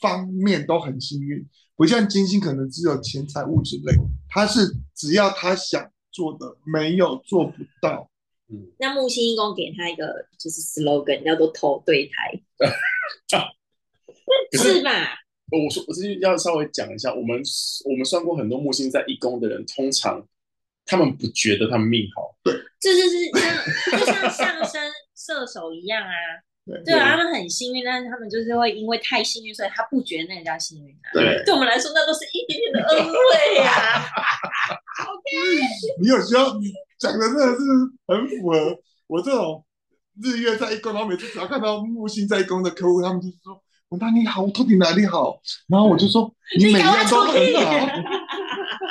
A: 方面都很幸运，不像金星可能只有钱财物质类，他是只要他想做的没有做不到，
C: 那木星一共给他一个就是 slogan，叫做头对 台，
B: 可是
C: 是吧？
B: 呃我说，我这边要稍微讲一下，我们我们算过很多木星在一宫的人，通常他们不觉得他们命 好，
C: 这就是像就像上升射手一样啊，
A: 对
C: 对啊，他们很幸运，但是他们就是会因为太幸运，所以他不觉得那个叫幸运啊。
B: 对
C: 对我们来说，那都是一点点的恩惠呀、啊。
A: 你有时候你讲的真的是很符合我这种日月在一宫，然后每次只要看到木星在一宫的客户，他们就说：“我那你好，我到底哪里好？”然后我就说：“ 你每样都很好，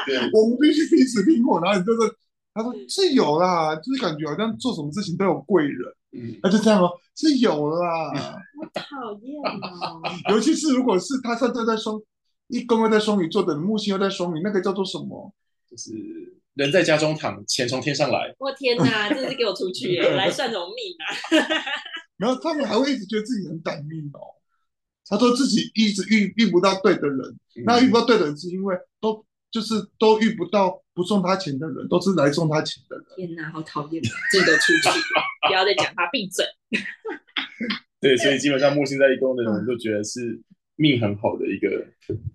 B: 对，
A: 我们必须彼此拼过。”然后你就是他说是有啦，就是感觉好像做什么事情都有贵人，
B: 嗯，
A: 那就这样哦，是有啦。
C: 讨厌哦，
A: 尤其是如果是他上升在双一宫又在双鱼座的木星又在双鱼，那个叫做什么？
B: 就是人在家中躺，钱从天上来，
C: 我天哪，真是给我出去耶！来算什么命啊？
A: 然后他们还会一直觉得自己很短命哦。他说自己一直遇遇不到对的人，
B: 嗯
A: 那遇不到对的人是因为都就是都遇不到不送他钱的人，都是来送他钱的人。
C: 天哪，好讨厌，哦真的出 去，不要再讲他，闭嘴。
B: 对，所以基本上木星在一宫的人，我们就觉得是命很好的一个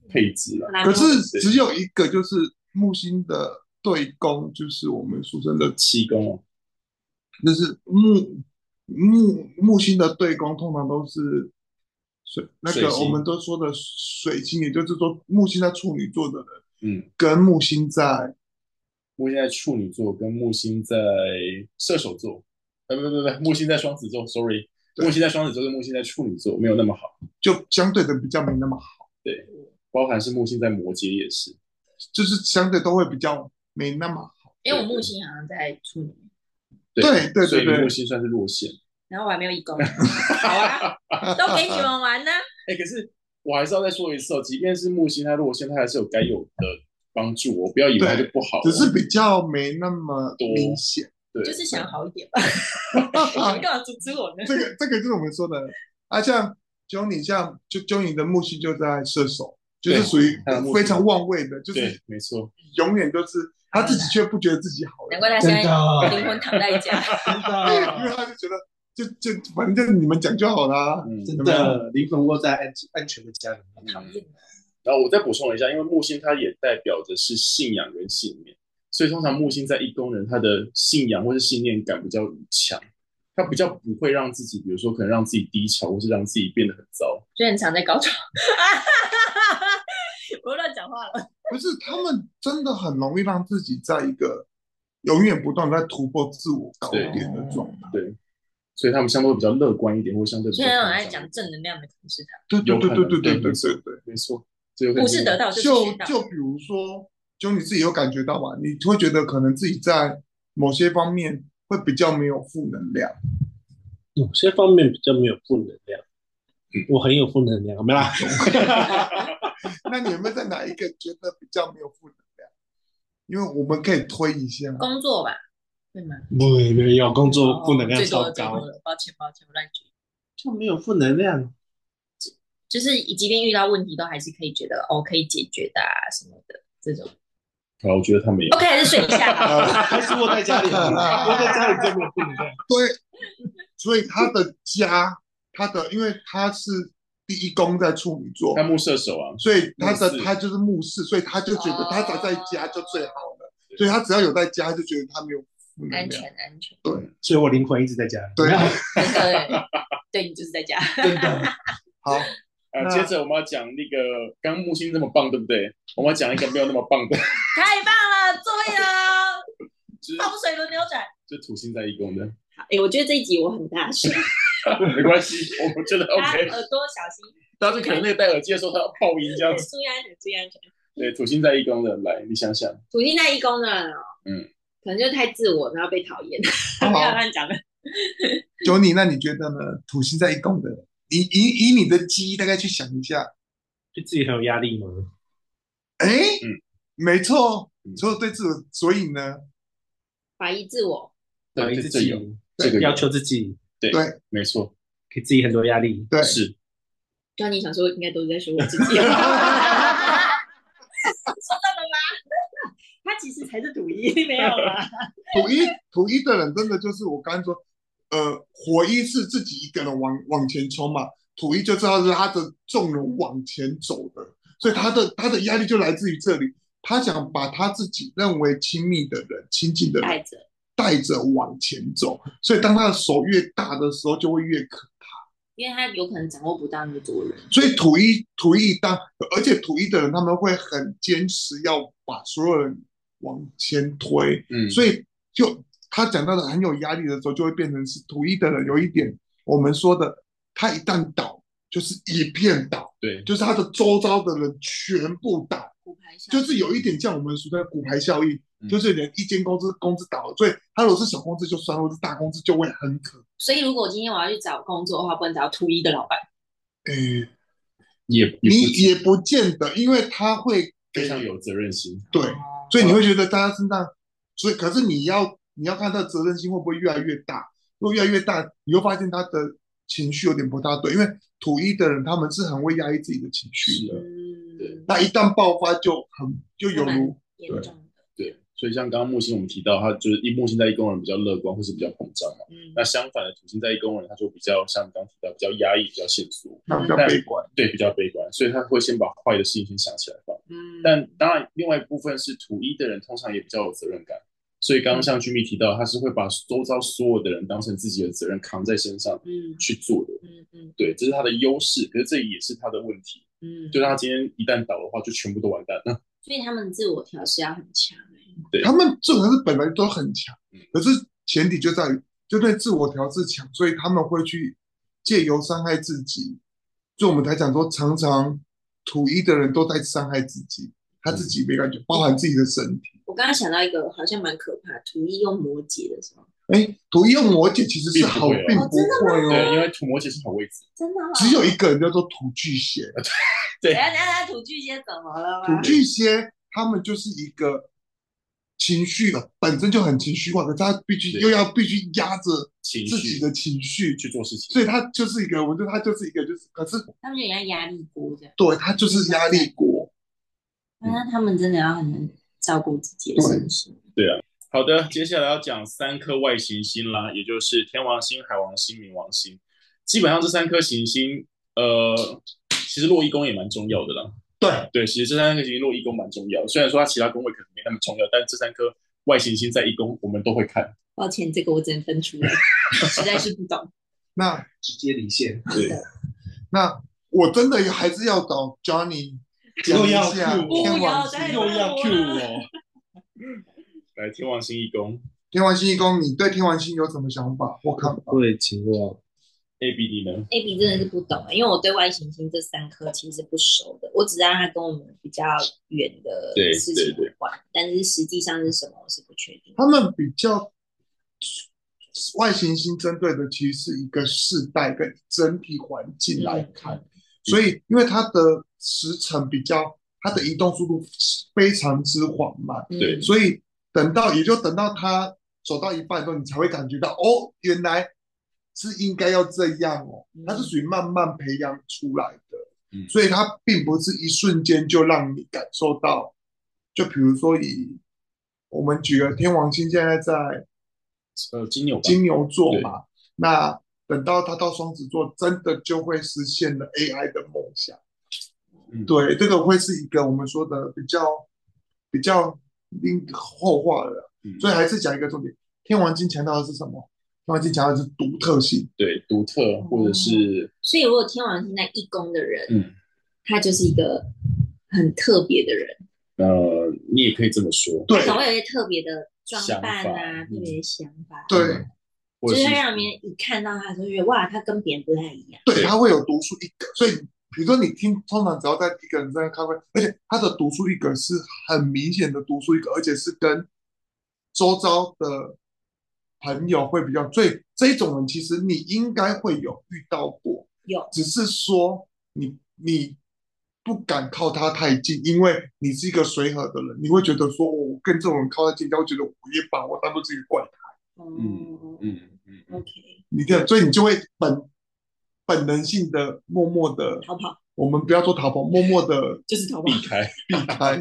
B: 配置啦。
C: 可
A: 可是只有一个就是木星的对宫，就是我们俗称的，
B: 七宫哦，
A: 就是木木木星的对宫，通常都是水那
B: 水
A: 个
B: 星
A: 我们都说的水星，也就是说木星在处女座的人
B: 嗯，
A: 跟木星在
B: 木星在处女座，跟木星在射手座，呃，不不不不，木星在双子座，sorry，
A: 对
B: 木星在双子座跟木星在处女座没有那么好，
A: 就相对的比较没那么好。
B: 包含是木星在摩羯也是，
A: 就是相对都会比较没那么好。
C: 因为我木星好像在处女，
A: 对对
B: 所以
A: 对对
B: 木星算是落线。
C: 然后我还没有义工，好啊，都给你们玩呢、
B: 哎、可是我还是要再说一次哦，即便是木星它落线，它还是有该有的帮助哦，不要以为它就不好哦、
A: 只是比较没那么
B: 多
A: 明显。
B: 对，
C: 就是想好一点吧。你们干嘛阻止我呢？
A: 这个这个就是我们说的啊，像 Johnny 像就 Johnny 的木星就在射手，就
B: 对
A: 是属于
B: 他的木星
A: 非常旺位的，就是
B: 对，没嗯错，
A: 永远都是他自己却不觉得自己好
C: 难怪
A: 了，
C: 他现
D: 真的
C: 在
D: 哦，
C: 灵魂躺在家，
D: 真的
B: 啊
A: 因为
D: 哦，
A: 他就觉得就就反正就你们讲就好啊啦。
B: 嗯
D: 真
A: 有没有
D: 的，灵魂窝在安安全的家里
C: 嗯
D: 面。
E: 讨厌。
B: 然后我再补充一下，因为木星它也代表着是信仰跟信念，所以通常木星在一宫人，他的信仰或是信念感比较强，他比较不会让自己，比如说可能让自己低潮，或是让自己变得很糟。
E: 就很常在高潮， 我乱讲话了。
A: 不是他们真的很容易让自己在一个永远不断在突破自我高点的状态。
B: 对，所以他们相对比较乐观一点，或相对比较
E: 虽
B: 开
E: 然
B: 朗
E: 很爱讲正能量的，可能是他，
A: 对对对对对对对
B: 有可能对
A: 对对。
B: 没错，这有可能
E: 不是得到就是
A: 就
E: 学到。
A: 就比如说，就你自己有感觉到嘛？你会觉得可能自己在某些方面会比较没有负能量。
D: 有些方面比较没有负能量，我很有负能量，没啦。
A: 那你有没有在哪一个觉得比较没有负能量？因为我们可以推一下。
E: 工作吧，对吗？
D: 没没有工作
E: 哦
D: 负能量
E: 最多
D: 超
E: 的最多
D: 高，
E: 的，抱歉抱歉，我乱举。
D: 就没有负能量。
E: 就是即便遇到问题，都还是可以觉得哦，可以解决的啊什么的这种。
B: 好，我觉得他们也
E: OK，还是睡一下
C: 啊
E: 吧。
D: 还是窝在家里，窝在家里就没有负能量。
A: 对，所以他的家，他的因为他是第一宫在处女座
B: 他，木射手啊，
A: 所以他
B: 木
A: 的
B: 四
A: 他就是目视，所以他就觉得他宅在家就最好了。
B: 对
A: 所以他只要有在家，就觉得他没有负能
E: 安
A: 量。
E: 全安全，
D: 所以我灵魂一直在家里。
A: 对，
E: 真的，对你就是在家。
D: 真的。
A: 好，
B: 啊，
A: 那
B: 接着我们要讲那个，刚刚木星这么棒，对不对？我们要讲一个没有那么棒的，
E: 太棒了，注意了，
B: 就是
E: 风水轮流转。
B: 就是土星在一宫的，
C: 哎、我觉得这一集我很大声，
B: 没关系，我们觉得
E: 大家
B: OK。
E: 耳朵小心，
B: 大家就可能那个戴耳机的时候，他要爆音这样子。
E: 注意安全，注意安全。
B: 对，土星在一宫的，来，你想想，
C: 土星在一宫的人哦，
B: 嗯，
C: 可能就太自我，然后被讨厌。
E: 不要
A: 好，
E: 乱讲了。
A: 九你，那你觉得呢？土星在一宫的，以以以你的记忆大概去想一下，
D: 对自己很有压力吗？
A: 哎，
B: 嗯
A: 没错
B: 嗯，
A: 所以对自我，所以呢，
C: 怀疑自我，
D: 怀
B: 对，
D: 疑
B: 这
D: 自
B: 这有，
D: 己，
B: 这个有
D: 要求自己，
B: 没错，
D: 给自己很多压力。
A: 对，
B: 是
C: 就你想说，应该都是在说我自 己。
E: 说到 了吗？他其实才是土一，没有啦。
A: 土一土一的人真的就是我刚才说，呃，火一是自己一个人往往前冲嘛，土一就知道是他的众人往前走的，所以他的他的压力就来自于这里，他想把他自己认为亲密的人、亲近的
C: 带
A: 人
C: 着
A: 带着往前走，所以当他的手越大的时候，就会越可怕。
C: 因为他有可能掌握不到那么多人，
A: 所以土一土一当，而且土一的人他们会很坚持要把所有人往前推，
B: 嗯，
A: 所以就他讲到的很有压力的时候，就会变成是土一的人有一点我们说的，他一旦倒就是一片倒，
B: 对，
A: 就是他的周遭的人全部倒，
C: 骨牌效
A: 就是有一点像我们俗称的骨牌效应，
B: 嗯
A: 就是连一间公司公司倒了，所以他如果是小公司就算了，如果是大公司就会很可，
C: 所以如果今天我要去找工作的话，不能找土一的老板，
A: 诶、
B: 也也
A: 哎你
B: 不
A: 也不见得，因为他会
B: 非
A: 给
B: 常有责任心，
A: 对，
C: 哦
A: 所以你会觉得大家身上，所以可是你要你要看他的责任心会不会越来越大，如果越来越大，你会发现他的情绪有点不大对，因为土一的人他们是很会压抑自己的情绪的，
C: 嗯，
A: 那一旦爆发就很就有
C: 蛮
A: 如
C: 严重的，
B: 对。所以像刚刚木星我们提到，他就是一木星在一宫人比较乐观或是比较膨胀嘛，
C: 嗯，
B: 那相反的土星在一宫人，他就比较像刚刚提到比较压抑、比较限缩，
A: 那比较悲观，
B: 对，比较悲观，所以他会先把坏的事情先想起来放。
C: 嗯
B: 但当然，另外一部分是土一的人通常也比较有责任感，所以
A: 嗯
B: 刚刚像 Jimmy 提到，他是会把周遭所有的人当成自己的责任扛在身上
C: 嗯
B: 去做的。
C: 嗯嗯
B: 对，这是他的优势，可是这也是他的问题。
C: 嗯，
B: 就让他今天一旦倒的话，就全部都完蛋了。
C: 所以他们自我调试要很强、欸，
B: 对
A: 他们这个是本来都很强
B: 嗯，
A: 可是前提就在于就对自我调试强，所以他们会去借由伤害自己，所以我们才讲说，常常土一的人都在伤害自己，他自己没感觉，包含自己的身体。
C: 我刚刚想到一个好像蛮可怕，土一用摩羯的时候，
A: 哎，土一用摩羯其实是好，
B: 并不会哦
A: 并不会
B: 对，
A: 哦，
B: 因为土摩羯是好位置。
C: 真的、哦，
A: 只有一个人叫做土巨蟹，
B: 对
C: 等一下等一下，土巨蟹怎么了
A: 土
C: 吗？
A: 巨蟹他们就是一个情绪本身就很情绪化，可是他必须
B: 对
A: 又要必须压着
B: 情
A: 自
B: 绪
A: 己的情绪
B: 去做事情，
A: 所以他就是一个，我觉得他就是一个，就是可是
C: 他们有点像压力锅这样，
A: 对他就是压力锅，嗯
C: 那他们真的要很能照顾自己的身心。
B: 对啊，好的，接下来要讲三颗外行星啦，也就是天王星、海王星、冥王星。基本上这三颗行星，呃，其实落一宫也蛮重要的啦。
A: 对，
B: 对，其实这三颗行星落一宫蛮重要，虽然说它其他宫位可能没那么重要，但这三颗外行星在一宫我们都会看。
C: 抱歉，这个我只能分出来， 实在是不懂。
A: 那
F: 直接离线，
B: 对，
A: 那我真的还是要找 Johnny 讲一下
D: 又要
E: 不
A: 天
E: 要
A: 王
E: 再
A: 星。
D: 又要 Q 我，
B: 来天王星一宫
A: 天王星一宫，你对天王星有什么想法或看法？
D: 对，请问
B: ，A B D 呢？
C: A B 真的是不懂，欸因为我对外行星这三颗其实不熟的，我只知道它跟我们比较远的
B: 对
C: 事
B: 对
C: 情有
B: 对
C: 关，但是实际上是什么我是不确定。
A: 他们比较外行星针对的其实是一个世代跟整体环境来
C: 嗯
A: 看，所以因为它的时程比较，它的移动速度非常之缓慢，
C: 嗯
B: 对
A: 所以等到也就等到它走到一半的时候，你才会感觉到哦，原来是应该要这样哦，它是属于慢慢培养出来的，
B: 嗯
A: 所以它并不是一瞬间就让你感受到，就比如说以我们举个天王星现在在
B: 呃，金牛吧。
A: 金牛座嘛，那等到他到双子座，真的就会实现了 AI 的梦想。
B: 嗯
A: 对，这个会是一个我们说的比较比较另后话的啦，
B: 嗯
A: 所以还是讲一个重点，天王星强调的是什么？天王星强调的是独特性，
B: 对，独特或者是
C: 所以如果天王星在一宫的人，
B: 嗯
C: 他就是一个很特别的人，
B: 呃，你也可以这么说，
A: 对
C: 他总会有一些特别的装扮
B: 想
C: 啊
B: 法，嗯
C: 特别的想法，
A: 对
B: 或
C: 就
B: 者
C: 是
B: 是
C: 会让别人一看到他就觉得哇，他跟别人不太一样。
A: 对，
B: 对
A: 他会有独树一格。所以比如说你听，通常只要在一个人在咖啡，而且他的独树一格是很明显的独树一格，而且是跟周遭的朋友会比较，所以这一种人其实你应该会有遇到过，
C: 有
A: 只是说你你不敢靠他太近，因为你是一个随和的人，你会觉得说哦我跟这种人靠太近，他会觉得我也把我当做自己怪胎，
C: 哦
B: 嗯嗯嗯，
C: ，OK，
A: 你这样，所以你就会本本能性的默默的。
C: 逃跑
A: 我们不要做逃跑，默默的
C: 就是逃跑
B: 避开，
A: 避 开，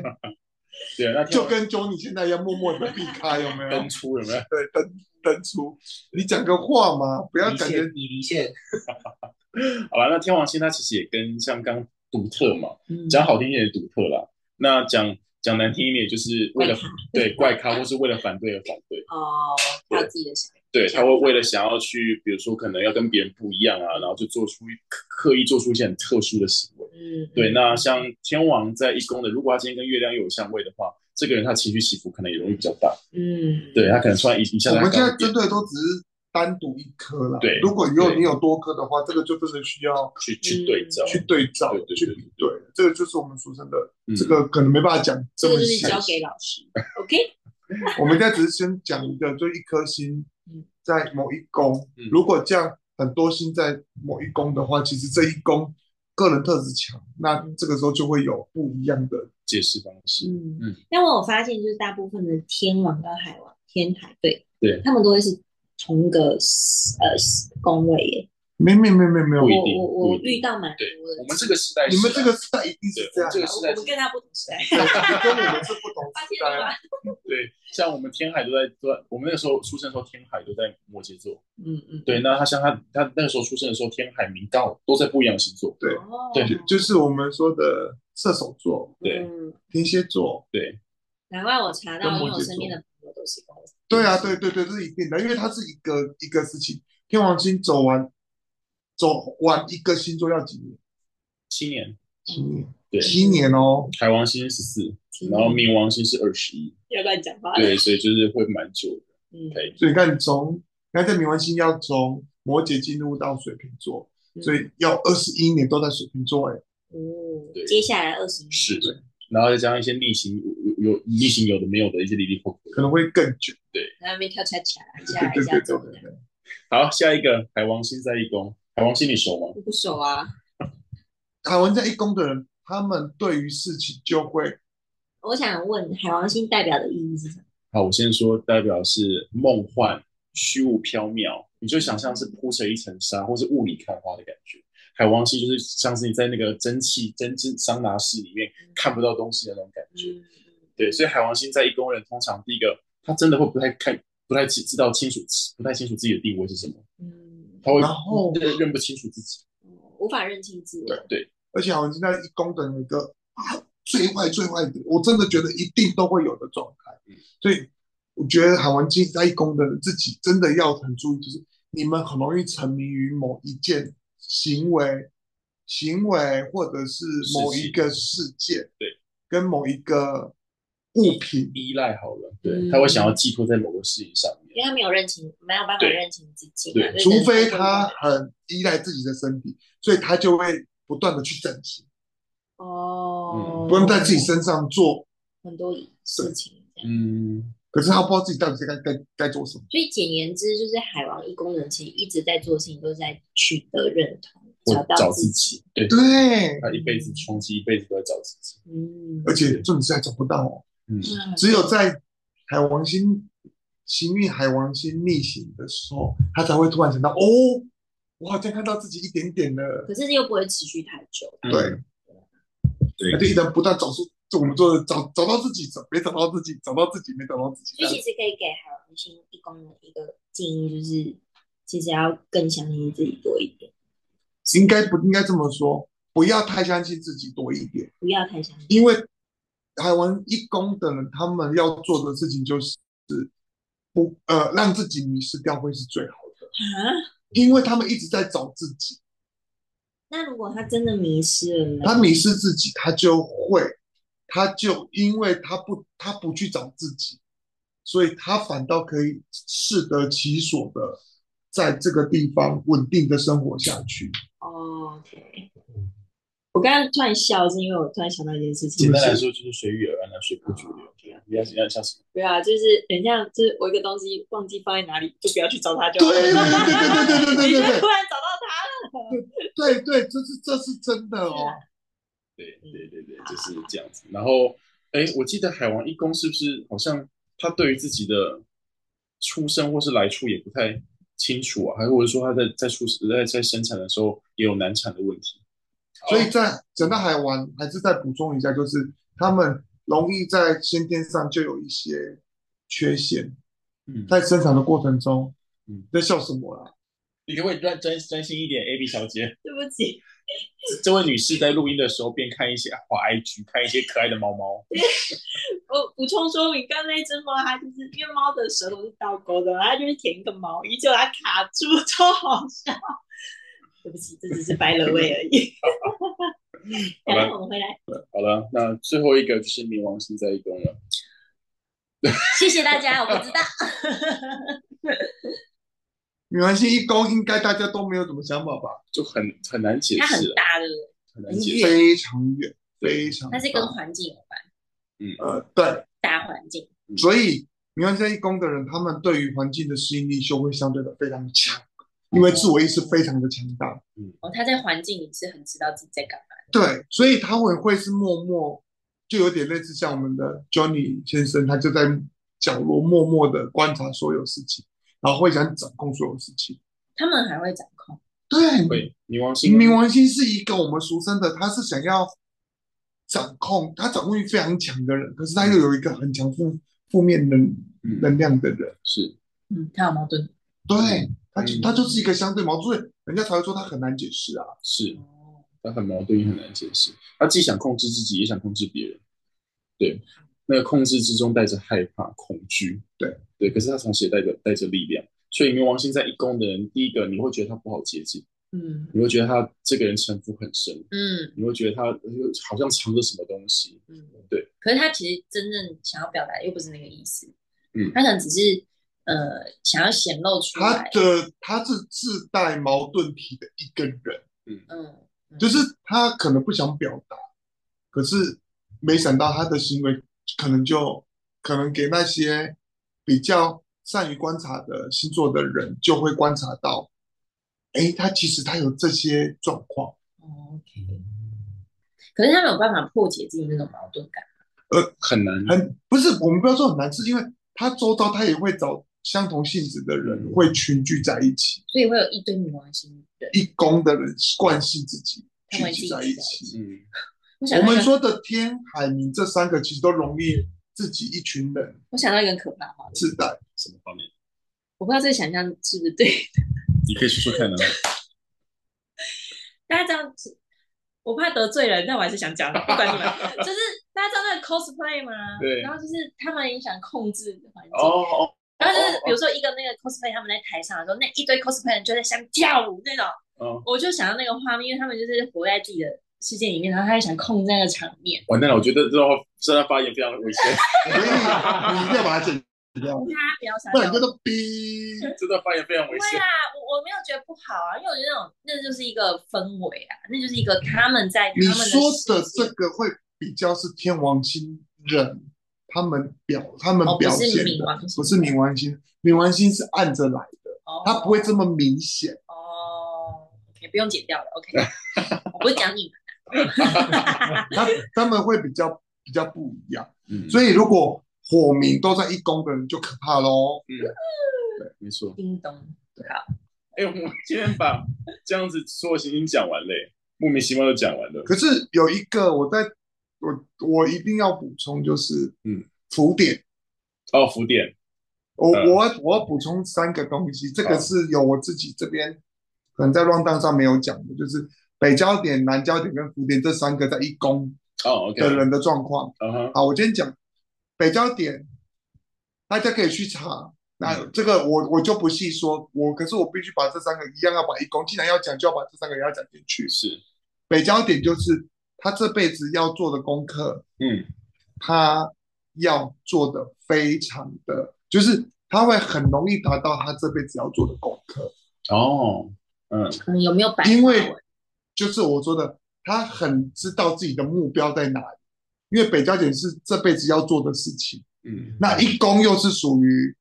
B: 对啊，那天
A: 就
B: 王
A: 跟 Johnny 现在一样，默默的避开，有没 有？
B: 登出有没有？
A: 对，登登出，你讲个话嘛，不要
F: 离
A: 感
F: 线
A: 觉
F: 你离线，
B: 好了，那天王星它其实也跟像刚独特嘛，
C: 嗯
B: 讲好听一点也独特啦，那讲讲难听一点，就是为了
C: 怪咖
B: 对怪咖或是为了反对而反对，
C: 哦，他有自己的想法。
B: 对，他会为了想要去，比如说可能要跟别人不一样啊，然后就做出刻刻意做出一些很特殊的行为。
C: 嗯，
B: 对，
C: 嗯
B: 那像天王在一宫的，如果他今天跟月亮又有相位的话，这个人他情绪起伏可能也容易比较大。
C: 嗯，
B: 对他可能突然一一下
A: 我
B: 子他
A: 们现
B: 高
A: 在
B: 一
A: 针
B: 点
A: 对都只是单独一颗啦。
B: 对
A: 如果以后
B: 对
A: 你有多颗的话，这个就真的需要
B: 去去对照，
A: 嗯去对照
B: 对、对
A: 去
B: 对
A: 比对。这个就是我们俗称的，
B: 嗯
A: 这个可能没办法讲这
C: 这个
A: 么
C: 就是
A: 细。
C: 交给老 师。OK，
A: 我们现在只是先讲一个，就一颗星
C: 嗯
A: 在某一宫
B: 嗯。
A: 如果这样很多星在某一宫的话，其实这一宫个人特质强，那这个时候就会有不一样的。
B: 解释方式。
C: 嗯
B: 嗯
C: 但我有发现，就是大部分的天王跟海王、天海，对，
B: 对
C: 他们都会是同一个呃宫位耶。
A: 没没没没没有
B: 不
C: 我
B: 一，定
C: 我
B: 不
C: 我
B: 一定
C: 遇到蛮
B: 对
C: 多的，啊
B: 我们这个时代是啊，
A: 你们这个时代一定是
B: 对
A: 这样
B: 我们这
A: 的
B: 个，时代
C: 我们
B: 是
C: 跟他不同 时代，
A: 你跟我们是不同
C: 发
A: 时
C: 现
A: 代
C: 了
A: 啊。
C: 吗？
B: 对，像我们天海都在都在，我们那个时候出生的时候，天海都在摩羯座。
C: 嗯嗯，
B: 对，那他像他他那个时候出生的时候，天海明刚好都在不一样的星座。
A: 对
C: 哦，
B: 对
A: 就就是我们说的射手座、
B: 对
C: 嗯，
A: 天蝎座。
B: 对，
C: 难怪我查到，
A: 跟摩
C: 因为我
A: 羯
C: 身边
A: 座
C: 的朋友都是宫位。
A: 对啊，对对对，这是一定的，因为它是一个一个事情。天王星走完走完一个星座要几年？
B: 七年，
A: 七年，
B: 对，
A: 七年哦。
B: 海王星十四，然后冥王星是二十一，
C: 要乱讲话。
B: 对，所以就是会蛮久的。
C: 嗯，
B: OK，
A: 所以你看从，你看在冥王星要从摩羯进入到水瓶座，
C: 嗯
A: 所以要二十一年都在水瓶座、欸，
C: 哦
B: 对，
C: 接下来二十年，
B: 是，然后再加上一些例行有有有例行有的没有的一些里里扣扣。
A: 可能会更久。
C: 在那边跳恰恰，
A: 对
C: 下来
A: 对
C: 下
A: 对
C: 走
A: 对
C: 的
A: 对，对。
B: 好，下一个海王星在一宫，海王星你熟吗？
C: 我不熟啊。
A: 海王在一宫的人，他们对于事情就会
C: 我想问，海王星代表的意义是什么？
B: 好，我先说，代表是梦幻、虚无缥缈，你就想象是铺着一层纱，或是雾里看花的感觉。海王星就是像是你在那个蒸汽、蒸蒸桑拿室里面看不到东西的那种感觉。
C: 嗯，
B: 对，所以海王星在一宫人通常第一个，他真的会不太看、不太清知道清楚、不太清楚自己的定位是什么，
C: 嗯，哦
B: 他会
A: 然后
B: 认认不清楚自己。
C: 无法认清自我
B: 对。对，
A: 而且好像现在一公等有一个啊最坏最坏的，我真的觉得一定都会有的状态。
B: 嗯
A: 所以我觉得韩文静在一公的人自己真的要很注意，就是你们很容易沉迷于某一件行为、行为或者是某一个事件，
B: 对，
A: 跟某一个物品。
B: 依赖好了，对，
C: 嗯
B: 他会想要寄托在某个事情上
C: 因
B: 面。
C: 为他没有认清，没有办法
B: 对
C: 认清自己
B: 对
C: 嘛，
A: 除非他很依赖自己的身体，所以他就会不断的去整形，
B: 嗯
C: 哦，
A: 不断在自己身上做，
C: 很多事情这样。
B: 嗯，
A: 可是他不知道自己到底该该该做什么。
C: 所以简言之，就是海王一功能其实一直在做事情，都是在取得认同，
B: 会
C: 找到
B: 找
C: 自
B: 自
C: 己。
B: 己，对，
A: 对，
B: 他一辈子冲击，一辈子都在找自己。
C: 嗯，
A: 而且重点是还找不到哦，
B: 嗯，
C: 嗯
A: 只有在海王星行运海王星逆行的时候，他才会突然想到，哦，我好像看到自己一点点了。
C: 可是又不会持续太久。
A: 嗯
B: 嗯
F: 对
A: 对，他就一直不断找出，就我们做的找找到自己，找没找到自己，找到自己没找到自己。
C: 所以其实可以给海王星一功能一个建议，就是其实要更相信自己多一点，
A: 应该不应该这么说？不要太相信自己多一点。
C: 不要太 相信。
A: 因为台湾义工的人，他们要做的事情就是不呃让自己迷失掉会是最好的，
C: 啊，
A: 因为他们一直在找自己，
C: 那如果他真的迷失了呢？
A: 他迷失自己，他就会，他就因为他不他不去找自己，所以他反倒可以适得其所的在这个地方稳定的生活下去。
C: 哦，OK。我刚刚突然笑，是因为我突然想到一件事
B: 简，
C: 情
B: 单来说就是随遇而安啊，随波逐流。你要要像什么？
C: 对啊，就是等一下，就是我一个东西忘记放在哪里，就不要去找它就好了。
A: 对对对对对对对对
C: 你就
A: 对
C: 突然找到它了。
A: 对对对，这是这是真的哦。
B: 对对对对，就是这样子。然后，哎，我记得海王一公是不是好像他对于自己的出生或是来处也不太清楚啊？还或者说他在在出在在生产的时候也有难产的问题？
A: 所以在整个海湾还是再补充一下，就是他们容易在先天上就有一些缺陷，
B: 嗯，
A: 在生产的过程中，
B: 嗯
A: 在笑什么啊啦？
B: 你可不可以专专专心一点，A B 小姐？
C: 对不起，
B: 这位女士在录音的时候边看一些滑 IG，看一些可爱的猫猫。
C: 我补充说明，刚才那只猫它就是因为猫的舌头是倒钩的，它就是舔一个毛衣，结果它卡住， 超好笑。对不起，这只是白了味而已。
B: 好
C: 等
B: 吧
C: 一下我们回来，
B: 好了，那最后一个就是冥王星在一宫了。
E: 谢谢大家，我不知道。
A: 女王星一宫应该大家都没有什么想法吧？
B: 就很很难解
E: 它很
B: 释啊，
E: 大，对不对？
B: 很难
A: 很
B: 解释。
A: 非常远，非常
E: 它
A: 大
E: 是跟环境有关，
B: 嗯，
A: 呃对，
E: 大环境。
A: 所以女王星一宫的人，他们对于环境的适应力就会相对的非常强，因为自我意识非常的强大。
E: 哦，他在环境里是很知道自己在干嘛。
A: 对，所以他会会是默默，就有点类似像我们的 Johnny 先生，他就在角落默默的观察所有事情，然后会想掌控所有事情。
E: 他们还会掌控，
A: 对，
B: 会冥王星，
A: 冥王星是一个我们俗称的，他是想要掌控，他掌控欲非常强的人，可是他又有一个很强负负面能
B: 嗯
A: 能量的人。
B: 是
E: 嗯，他有矛盾。
A: 对，他就
B: 嗯
A: 他就是一个相对矛盾，所以人家才会说他很难解释啊。
B: 是，
C: 哦
B: 他很矛盾，也很难解释。他既想控制自己，也想控制别人。对，那个控制之中带着害怕、恐惧。
A: 对
B: 对，可是他同时也带着带着力量。所以冥王星在一宫的人，第一个你会觉得他不好接近，
C: 嗯
B: 你会觉得他这个人城府很深，
E: 嗯
B: 你会觉得他呃好像藏着什么东西。
E: 嗯，
B: 对。
E: 可是他其实真正想要表达的又不是那个意思，
B: 嗯
E: 他可能只是呃想要显露出
A: 他
E: 来，
A: 的他是自带矛盾体的一个人。
E: 嗯，
A: 就是他可能不想表达，可是没想到他的行为可能就可能给那些比较善于观察的星座的人就会观察到，哎，他其实他有这些状况，
E: 哦 OK。可是他没有办法破解自己那种矛盾感，
B: 很难。
A: 很不是我们不要说很难，是因为他周遭他也会找相同性质的人会群聚在一起，
E: 所以会有一堆冥王星人。
A: 一宫的人惯性自己
E: 他们
A: 聚
E: 会聚
A: 集
E: 集
A: 在
E: 在
A: 一
E: 一
A: 起。
B: 嗯，
E: 我想
A: 我
E: 那
A: 们
E: 个
A: 说的天海明这三个其实都容易自己一群人
E: 我想到一个很可怕的画面，
A: 自带。
B: 什么方面？
E: 我不知道这个想象是不是对
B: 你可以说说看啊。
E: 大家这样子，我怕得罪人，但我还是想讲，不管你们，就是大家知道那个 cosplay 吗？
B: 对
E: 然后就是他们也想控制环境。
B: 哦哦，
E: 然后就是比如说一个那个 cosplay，他们在台上的时候，那一堆 cosplay 人就在下面跳舞那种，
B: 哦，
E: 我就想到那个画面，因为他们就是活在自己的世界里面，然后他就想控制那个场面。
B: 完蛋了！我觉得这段话这段发言非常危险，
A: 所以你一定要把它剪掉，
E: 大家不要想
A: 不
E: 到，
A: 然就都逼。
B: 这段发言非常危
E: 会
B: 险
E: 啊。，我我没有觉得不好啊，因为我觉得那种那就是一个氛围啊，那就是一个他们在
A: 你
E: 他们
A: 说的
E: 世界
A: 这个会比较是天王星人，他们表他们
E: 哦，不
A: 表
E: 是
A: 现
E: 冥
A: 的，
E: 王星，
A: 不是冥王星，冥王星是暗着来的，
E: 哦，
A: 它不会这么明显。
E: 哦，OK，不用剪掉了，OK，我不是讲你们，
A: 他他们会比较比较不一样。
B: 嗯，
A: 所以如果火明都在一宫的人就可怕喽。
B: 没错。
E: 叮咚，
B: 哎，我们今天把这样子所有行星讲完嘞，莫名其妙就讲完了。
A: 可是有一个我在我我一定要补充，就是
B: 嗯
A: 浮点。
B: 哦，浮点，
A: 我
B: 嗯
A: 我要我要补充三个东西，这个
B: 好
A: 是有我自己这边可能在 round down 上没有讲的，就是北焦点、南焦点跟浮点这三个在一宫
B: 哦，OK，
A: 的人的状况。
B: 嗯哼，
A: 好，我今天讲北焦点，大家可以去查。那
B: 嗯
A: 这个我我就不细说，我可是我必须把这三个一样要把一公，既然要讲，就要把这三个也要讲进去。
B: 是，
A: 北焦点就是他这辈子要做的功课，
B: 嗯，
A: 他要做的非常的，就是他会很容易达到他这辈子要做的功课，
B: 哦，嗯，
C: 嗯，有没有白
A: 因
C: 话
A: 为
C: 文？
A: 就是我说的，他很知道自己的目标在哪里，因为北焦点是这辈子要做的事情。
B: 嗯，
A: 那一宫又是属于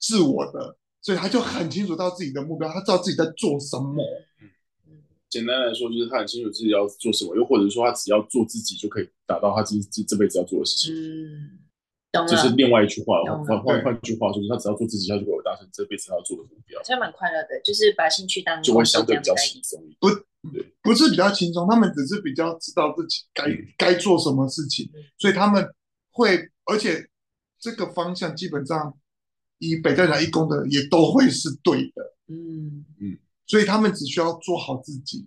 A: 自我的，所以他就很清楚到自己的目标，他知道自己在做什么。
B: 简单来说，就是他很清楚自己要做什么，又或者说他只要做自己就可以达到他自己这这辈子要做的事情。
C: 嗯，懂
B: 这是
C: 了，
B: 另外一句话，
C: 懂了
B: 换换换句话说，就是他只要做自己，他就会达成这辈子他要做的目标
C: 好，像蛮快乐的，就是把兴趣当
B: 就会相对比较
C: 工作这样子
B: 轻松一点。
A: 不是比较轻松，他们只是比较知道自己该
B: 嗯
A: 该做什么事情，所以他们会，而且这个方向基本上以北站来一宫的人也都会是对的，
C: 嗯，
A: 所以他们只需要做好自己。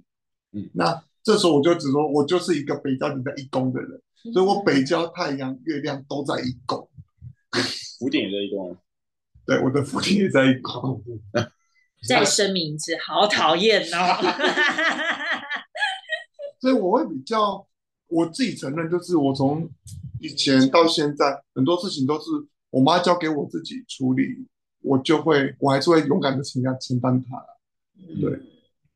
B: 嗯，
A: 那这时候我就只说，我就是一个北交里的一宫的人，
B: 嗯
A: 所以我 北交、太阳、月亮都在一宫，
B: 五点也在一个啊，
A: 对，我的福气也在一宫。
E: 再声明一次，好讨厌哦，
A: 所以我会比较，我自己承认，就是我从以前到现在，很多事情都是我妈交给我自己处理，我就会，我还是会勇敢的承担承担它。对，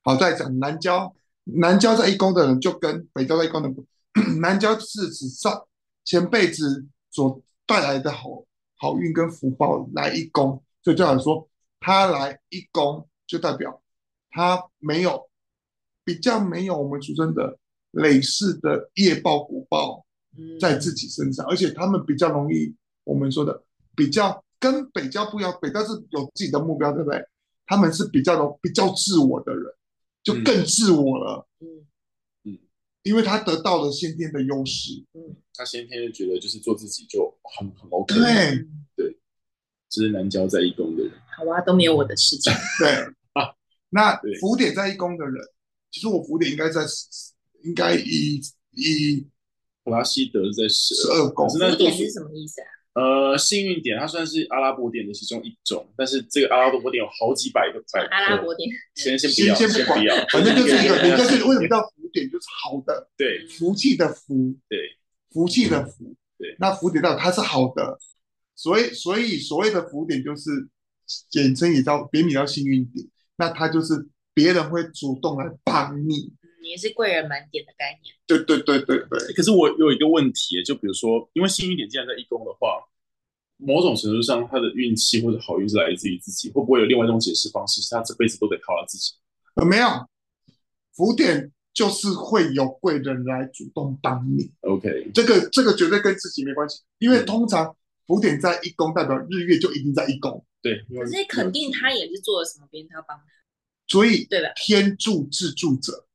A: 好，再讲南郊，南郊在一宫的人就跟北郊在一宫的不， 南郊是指上前辈子所带来的好好运跟福报来一宫，所以就好说他来一宫就代表他没有比较没有我们俗称的累世的业报果报
C: 嗯
A: 在自己身上，而且他们比较容易我们说的比较跟北郊不一样，北郊是有自己的目标，对不对？他们是比较的比较自我的人，就更自我了。
C: 嗯
B: 嗯
A: 因为他得到了先天的优势。
B: 他先天就觉得就是做自己就很很 OK，
A: 对
C: 嗯
B: 这是南郊在一宫的人，
C: 好啊，都没有我的事情。
A: 对
B: 啊，
A: 那
B: 对
A: 浮点在一宫的人，其实我浮点应该在应该以以
B: 普拉西德是在十
A: 十
B: 二，
A: 二宫
B: 可，是 那
C: 古
B: 都
C: 典
B: 是
C: 是什么意思啊？
B: 呃幸运点，它算是阿拉伯点的其中一种，但是这个阿拉伯点有好几百个百个，
C: 阿拉伯典，
B: 先先不
A: 先
B: 要，
A: 先
B: 先
A: 不管
B: 要，
A: 反正就是一个，
B: 先不
A: 你
B: 要
A: 就是为什么叫浮点，就是好的
B: 对
A: 福气的福，
B: 对，
A: 福气的福，
B: 对，
A: 那浮点到底它是好的，所以所以所谓的浮点就是简称也叫别名叫幸运点，那它就是别人会主动来帮你，
C: 嗯也是贵人满点的概念。
A: 对对对对对。
B: 可是我有一个问题，就比如说，因为幸运点既然在一宫的话，某种程度上他的运气或者好运是来自于自己，会不会有另外一种解释方式，是他这辈子都得靠他自己？
A: 有没有？浮点就是会有贵人来主动帮你，
B: OK，
A: 这个这个绝对跟自己没关系，因为通常浮点在一宫，代表日月就一定在一宫，
B: 对，
C: 可是肯定他也是做了什么，别人都要帮他。
A: 所以
C: 对吧
A: 天助自助者，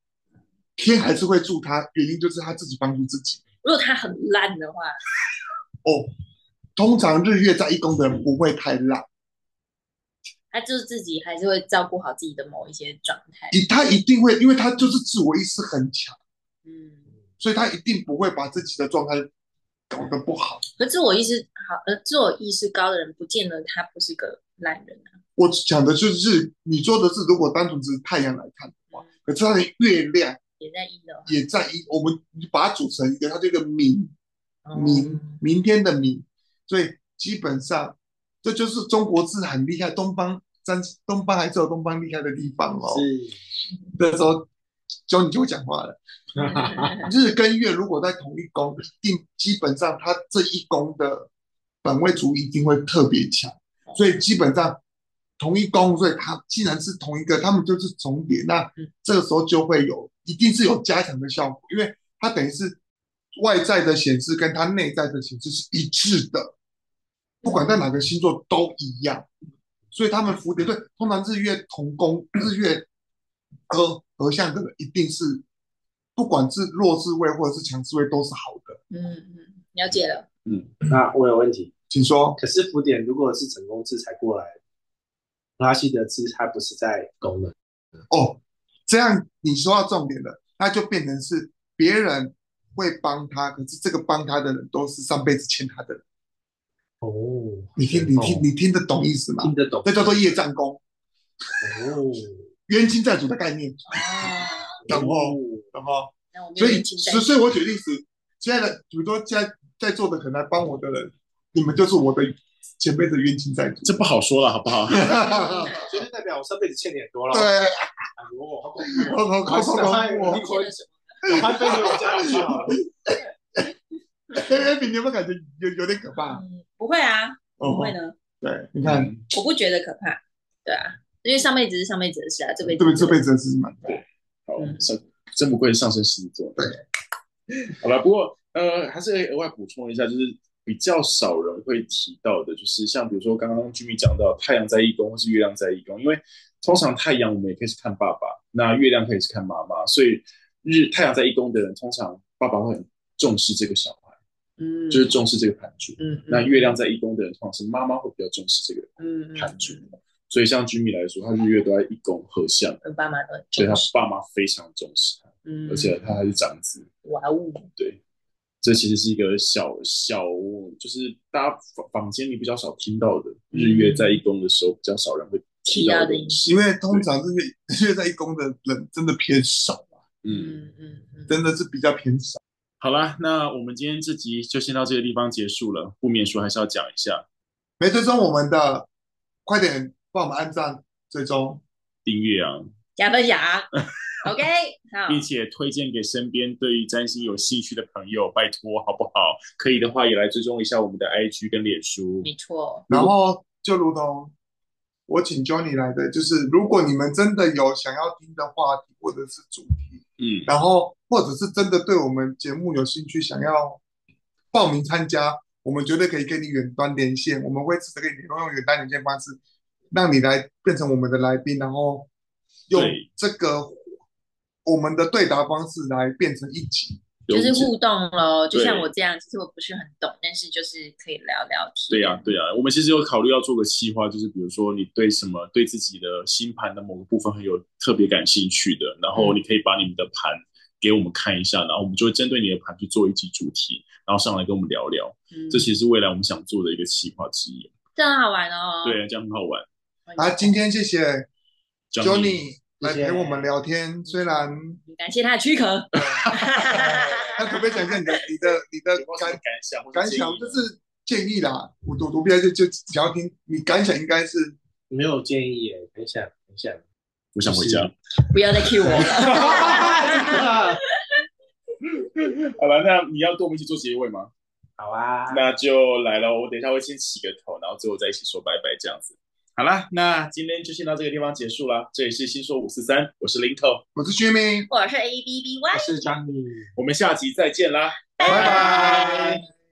A: 天还是会助他，原因就是他自己帮助自己。
C: 如果他很烂的话，
A: 哦，通常日月在一宫的人不会太烂，
C: 他就是自己还是会照顾好自己的某一些状态。
A: 一他一定会，因为他就是自我意识很强，
C: 嗯，
A: 所以他一定不会把自己的状态搞得不好。
C: 可自我意识好，呃，自我意识高的人，不见得他不是个烂人啊。
A: 我讲的就是你做的事，如果单纯只是太阳来看的话，
B: 嗯
A: 可是它的月亮
C: 也在一楼，
A: 也在一，我们你把它组成一个，它这个明 明
C: 嗯
A: 明天的明，所以基本上这就是中国字很厉害，东方三东方还是有东方厉害的地方哦。
D: 是，
A: 这时候 j o 你就会讲话了。
C: 嗯
A: 日跟月如果在同一宫，一定基本上它这一宫的本位主义一定会特别强，所以基本上同一宫，所以它既然是同一个，他们就是重叠，那这个时候就会有一定是有加强的效果，因为它等于是外在的显示跟它内在的显示是一致的，不管在哪个星座都一样，所以他们蝴蝶对通常日月同宫，日月合合相的人一定是，不管是弱势位或者是强势位都是好的。
C: 嗯嗯，了解了。
D: 那我有问题。
A: 请说，
D: 可是福典如果是成功制才过来，拉希德兹他不是在功能，
A: 哦，这样你说到重点了，那就变成是别人会帮他，可是这个帮他的人都是上辈子欠他的人。
D: 哦，
A: 你听，你听，
D: 哦
A: 你听得懂意思吗
D: 听？得懂，
A: 这叫做业障功，
D: 哦，
A: 冤亲债主的概念，
C: 哦，
A: 懂哦，
D: 哦
A: 懂哦。
C: 那我没有
A: 所以，
C: 认清在
A: 所以所以我举例子，现在的，比如说现在在座的可能来帮我的人，你们就是我的前辈的冤亲债主。
B: 这不好说了，好不好？啊
D: 所以就代表我上辈子欠你很多了。
A: 对，
D: 哎呦，好恐
A: 我我
D: 怖！
A: 我
D: 我我
C: 欠了什么？
D: 我翻飞回我家里去好了。
A: 我，哎你有没有感觉有有点可怕？
C: 嗯，不会啊，
A: 哦
C: 不会呢，
A: 对，你看，
C: 我不觉得可怕。对啊，因为上辈子是上辈子的事啊，这辈
A: 对
C: 子
A: 不对？这辈
C: 子
A: 子的事蛮大。
B: 好
C: 嗯，
B: 上真不愧是上升狮子座。 对，好了，不过呃，还是可以额外补充一下，就是比较少人会提到的，就是像比如说刚刚 Jimmy 讲到太阳在一宫或是月亮在一宫，因为通常太阳我们也可以是看爸爸，那月亮可以是看妈妈，所以日太阳在一宫的人，通常爸爸会很重视这个小孩，
C: 嗯
B: 就是重视这个盘主。
C: 嗯，
B: 那月亮在一宫的人，通常是妈妈会比较重视这个
C: 嗯
B: 盘主，所以像 Jimmy 来说，他日月都在一宫合相，
C: 跟爸妈都很
B: 所以他
C: 重视，
B: 爸妈非常重视他。
C: 嗯，
B: 啊而且他还是长子，
C: 哇哦，
B: 对，这其实是一个小小，就是大家坊坊间里比较少听到的，日月在一宫的时候比较少人会
C: 嗯提
B: 到
C: 到
B: 的
C: 的
B: 东
C: 因
B: 西，嗯
C: 素，
A: 因为通常这些 现在一宫的人真的偏少啊，
B: 嗯。
C: 嗯嗯嗯，
A: 真的是比较偏少。
B: 好啦，那我们今天这集就先到这个地方结束了。不免说还是要讲一下
A: 没追踪我们的，快点帮我们按赞追踪。
B: 订阅啊，
C: 加分享啊 ，OK，好，
B: 并且推荐给身边对于占星有兴趣的朋友，拜托好不好？可以的话也来追踪一下我们的 IG 跟脸书。
C: 没错，
A: 然后就如同我请 Johnny 来的，就是如果你们真的有想要听的话题或者是主题，
B: 嗯，
A: 然后或者是真的对我们节目有兴趣，想要报名参加，我们绝对可以跟你远端连线，我们会试着跟你联络，用远端连线方式，让你来变成我们的来宾，然后用
B: 对
A: 这个我们的对答方式来变成一集。
B: 有
C: 就是
B: 几
C: 互动咯，就
B: 对
C: 像我这样，其实我不是很懂，但是就是可以聊聊
B: 对啊
C: 天，
B: 呀、对呀、我们其实有考虑要做个企划，就是比如说你对什么对自己的星盘的某个部分很有特别感兴趣的，然后你可以把你们的盘给我们看一下，然后我们就会针对你的盘去做一集主题，然后上来跟我们聊聊。
C: 嗯
B: 这其实是未来我们想做的一个企划之一。
C: 这很好玩哦，
B: 对啊，这样很好玩。
A: 啊，今天谢谢 Johnny 来
D: 嗯谢谢
A: 陪我们聊天，虽然
C: 感谢他的躯壳，
A: 那可不可以讲一下你的你的你的
B: 感
A: 呃感
B: 感想或者
A: 感
B: 建议
A: 想？就是建议啦，我我我比较就就想要听你感想，应该是
D: 没有建议耶，等一下，等一下。
B: 我想回家。
C: 不要再 cue 我了，
B: 好了，那你要跟我们一起做结尾吗？
D: 好啊，
B: 那就来了，我等一下会先洗个头，然后最后再一起说拜拜这样子。好啦，那今天就先到这个地方结束啦。这里是新说五四三，我是林头，
A: 我是 Jimmy，
C: 我是 A B B Y
D: 我。是 Johnny。
B: 我们下集再见啦，
A: 拜拜。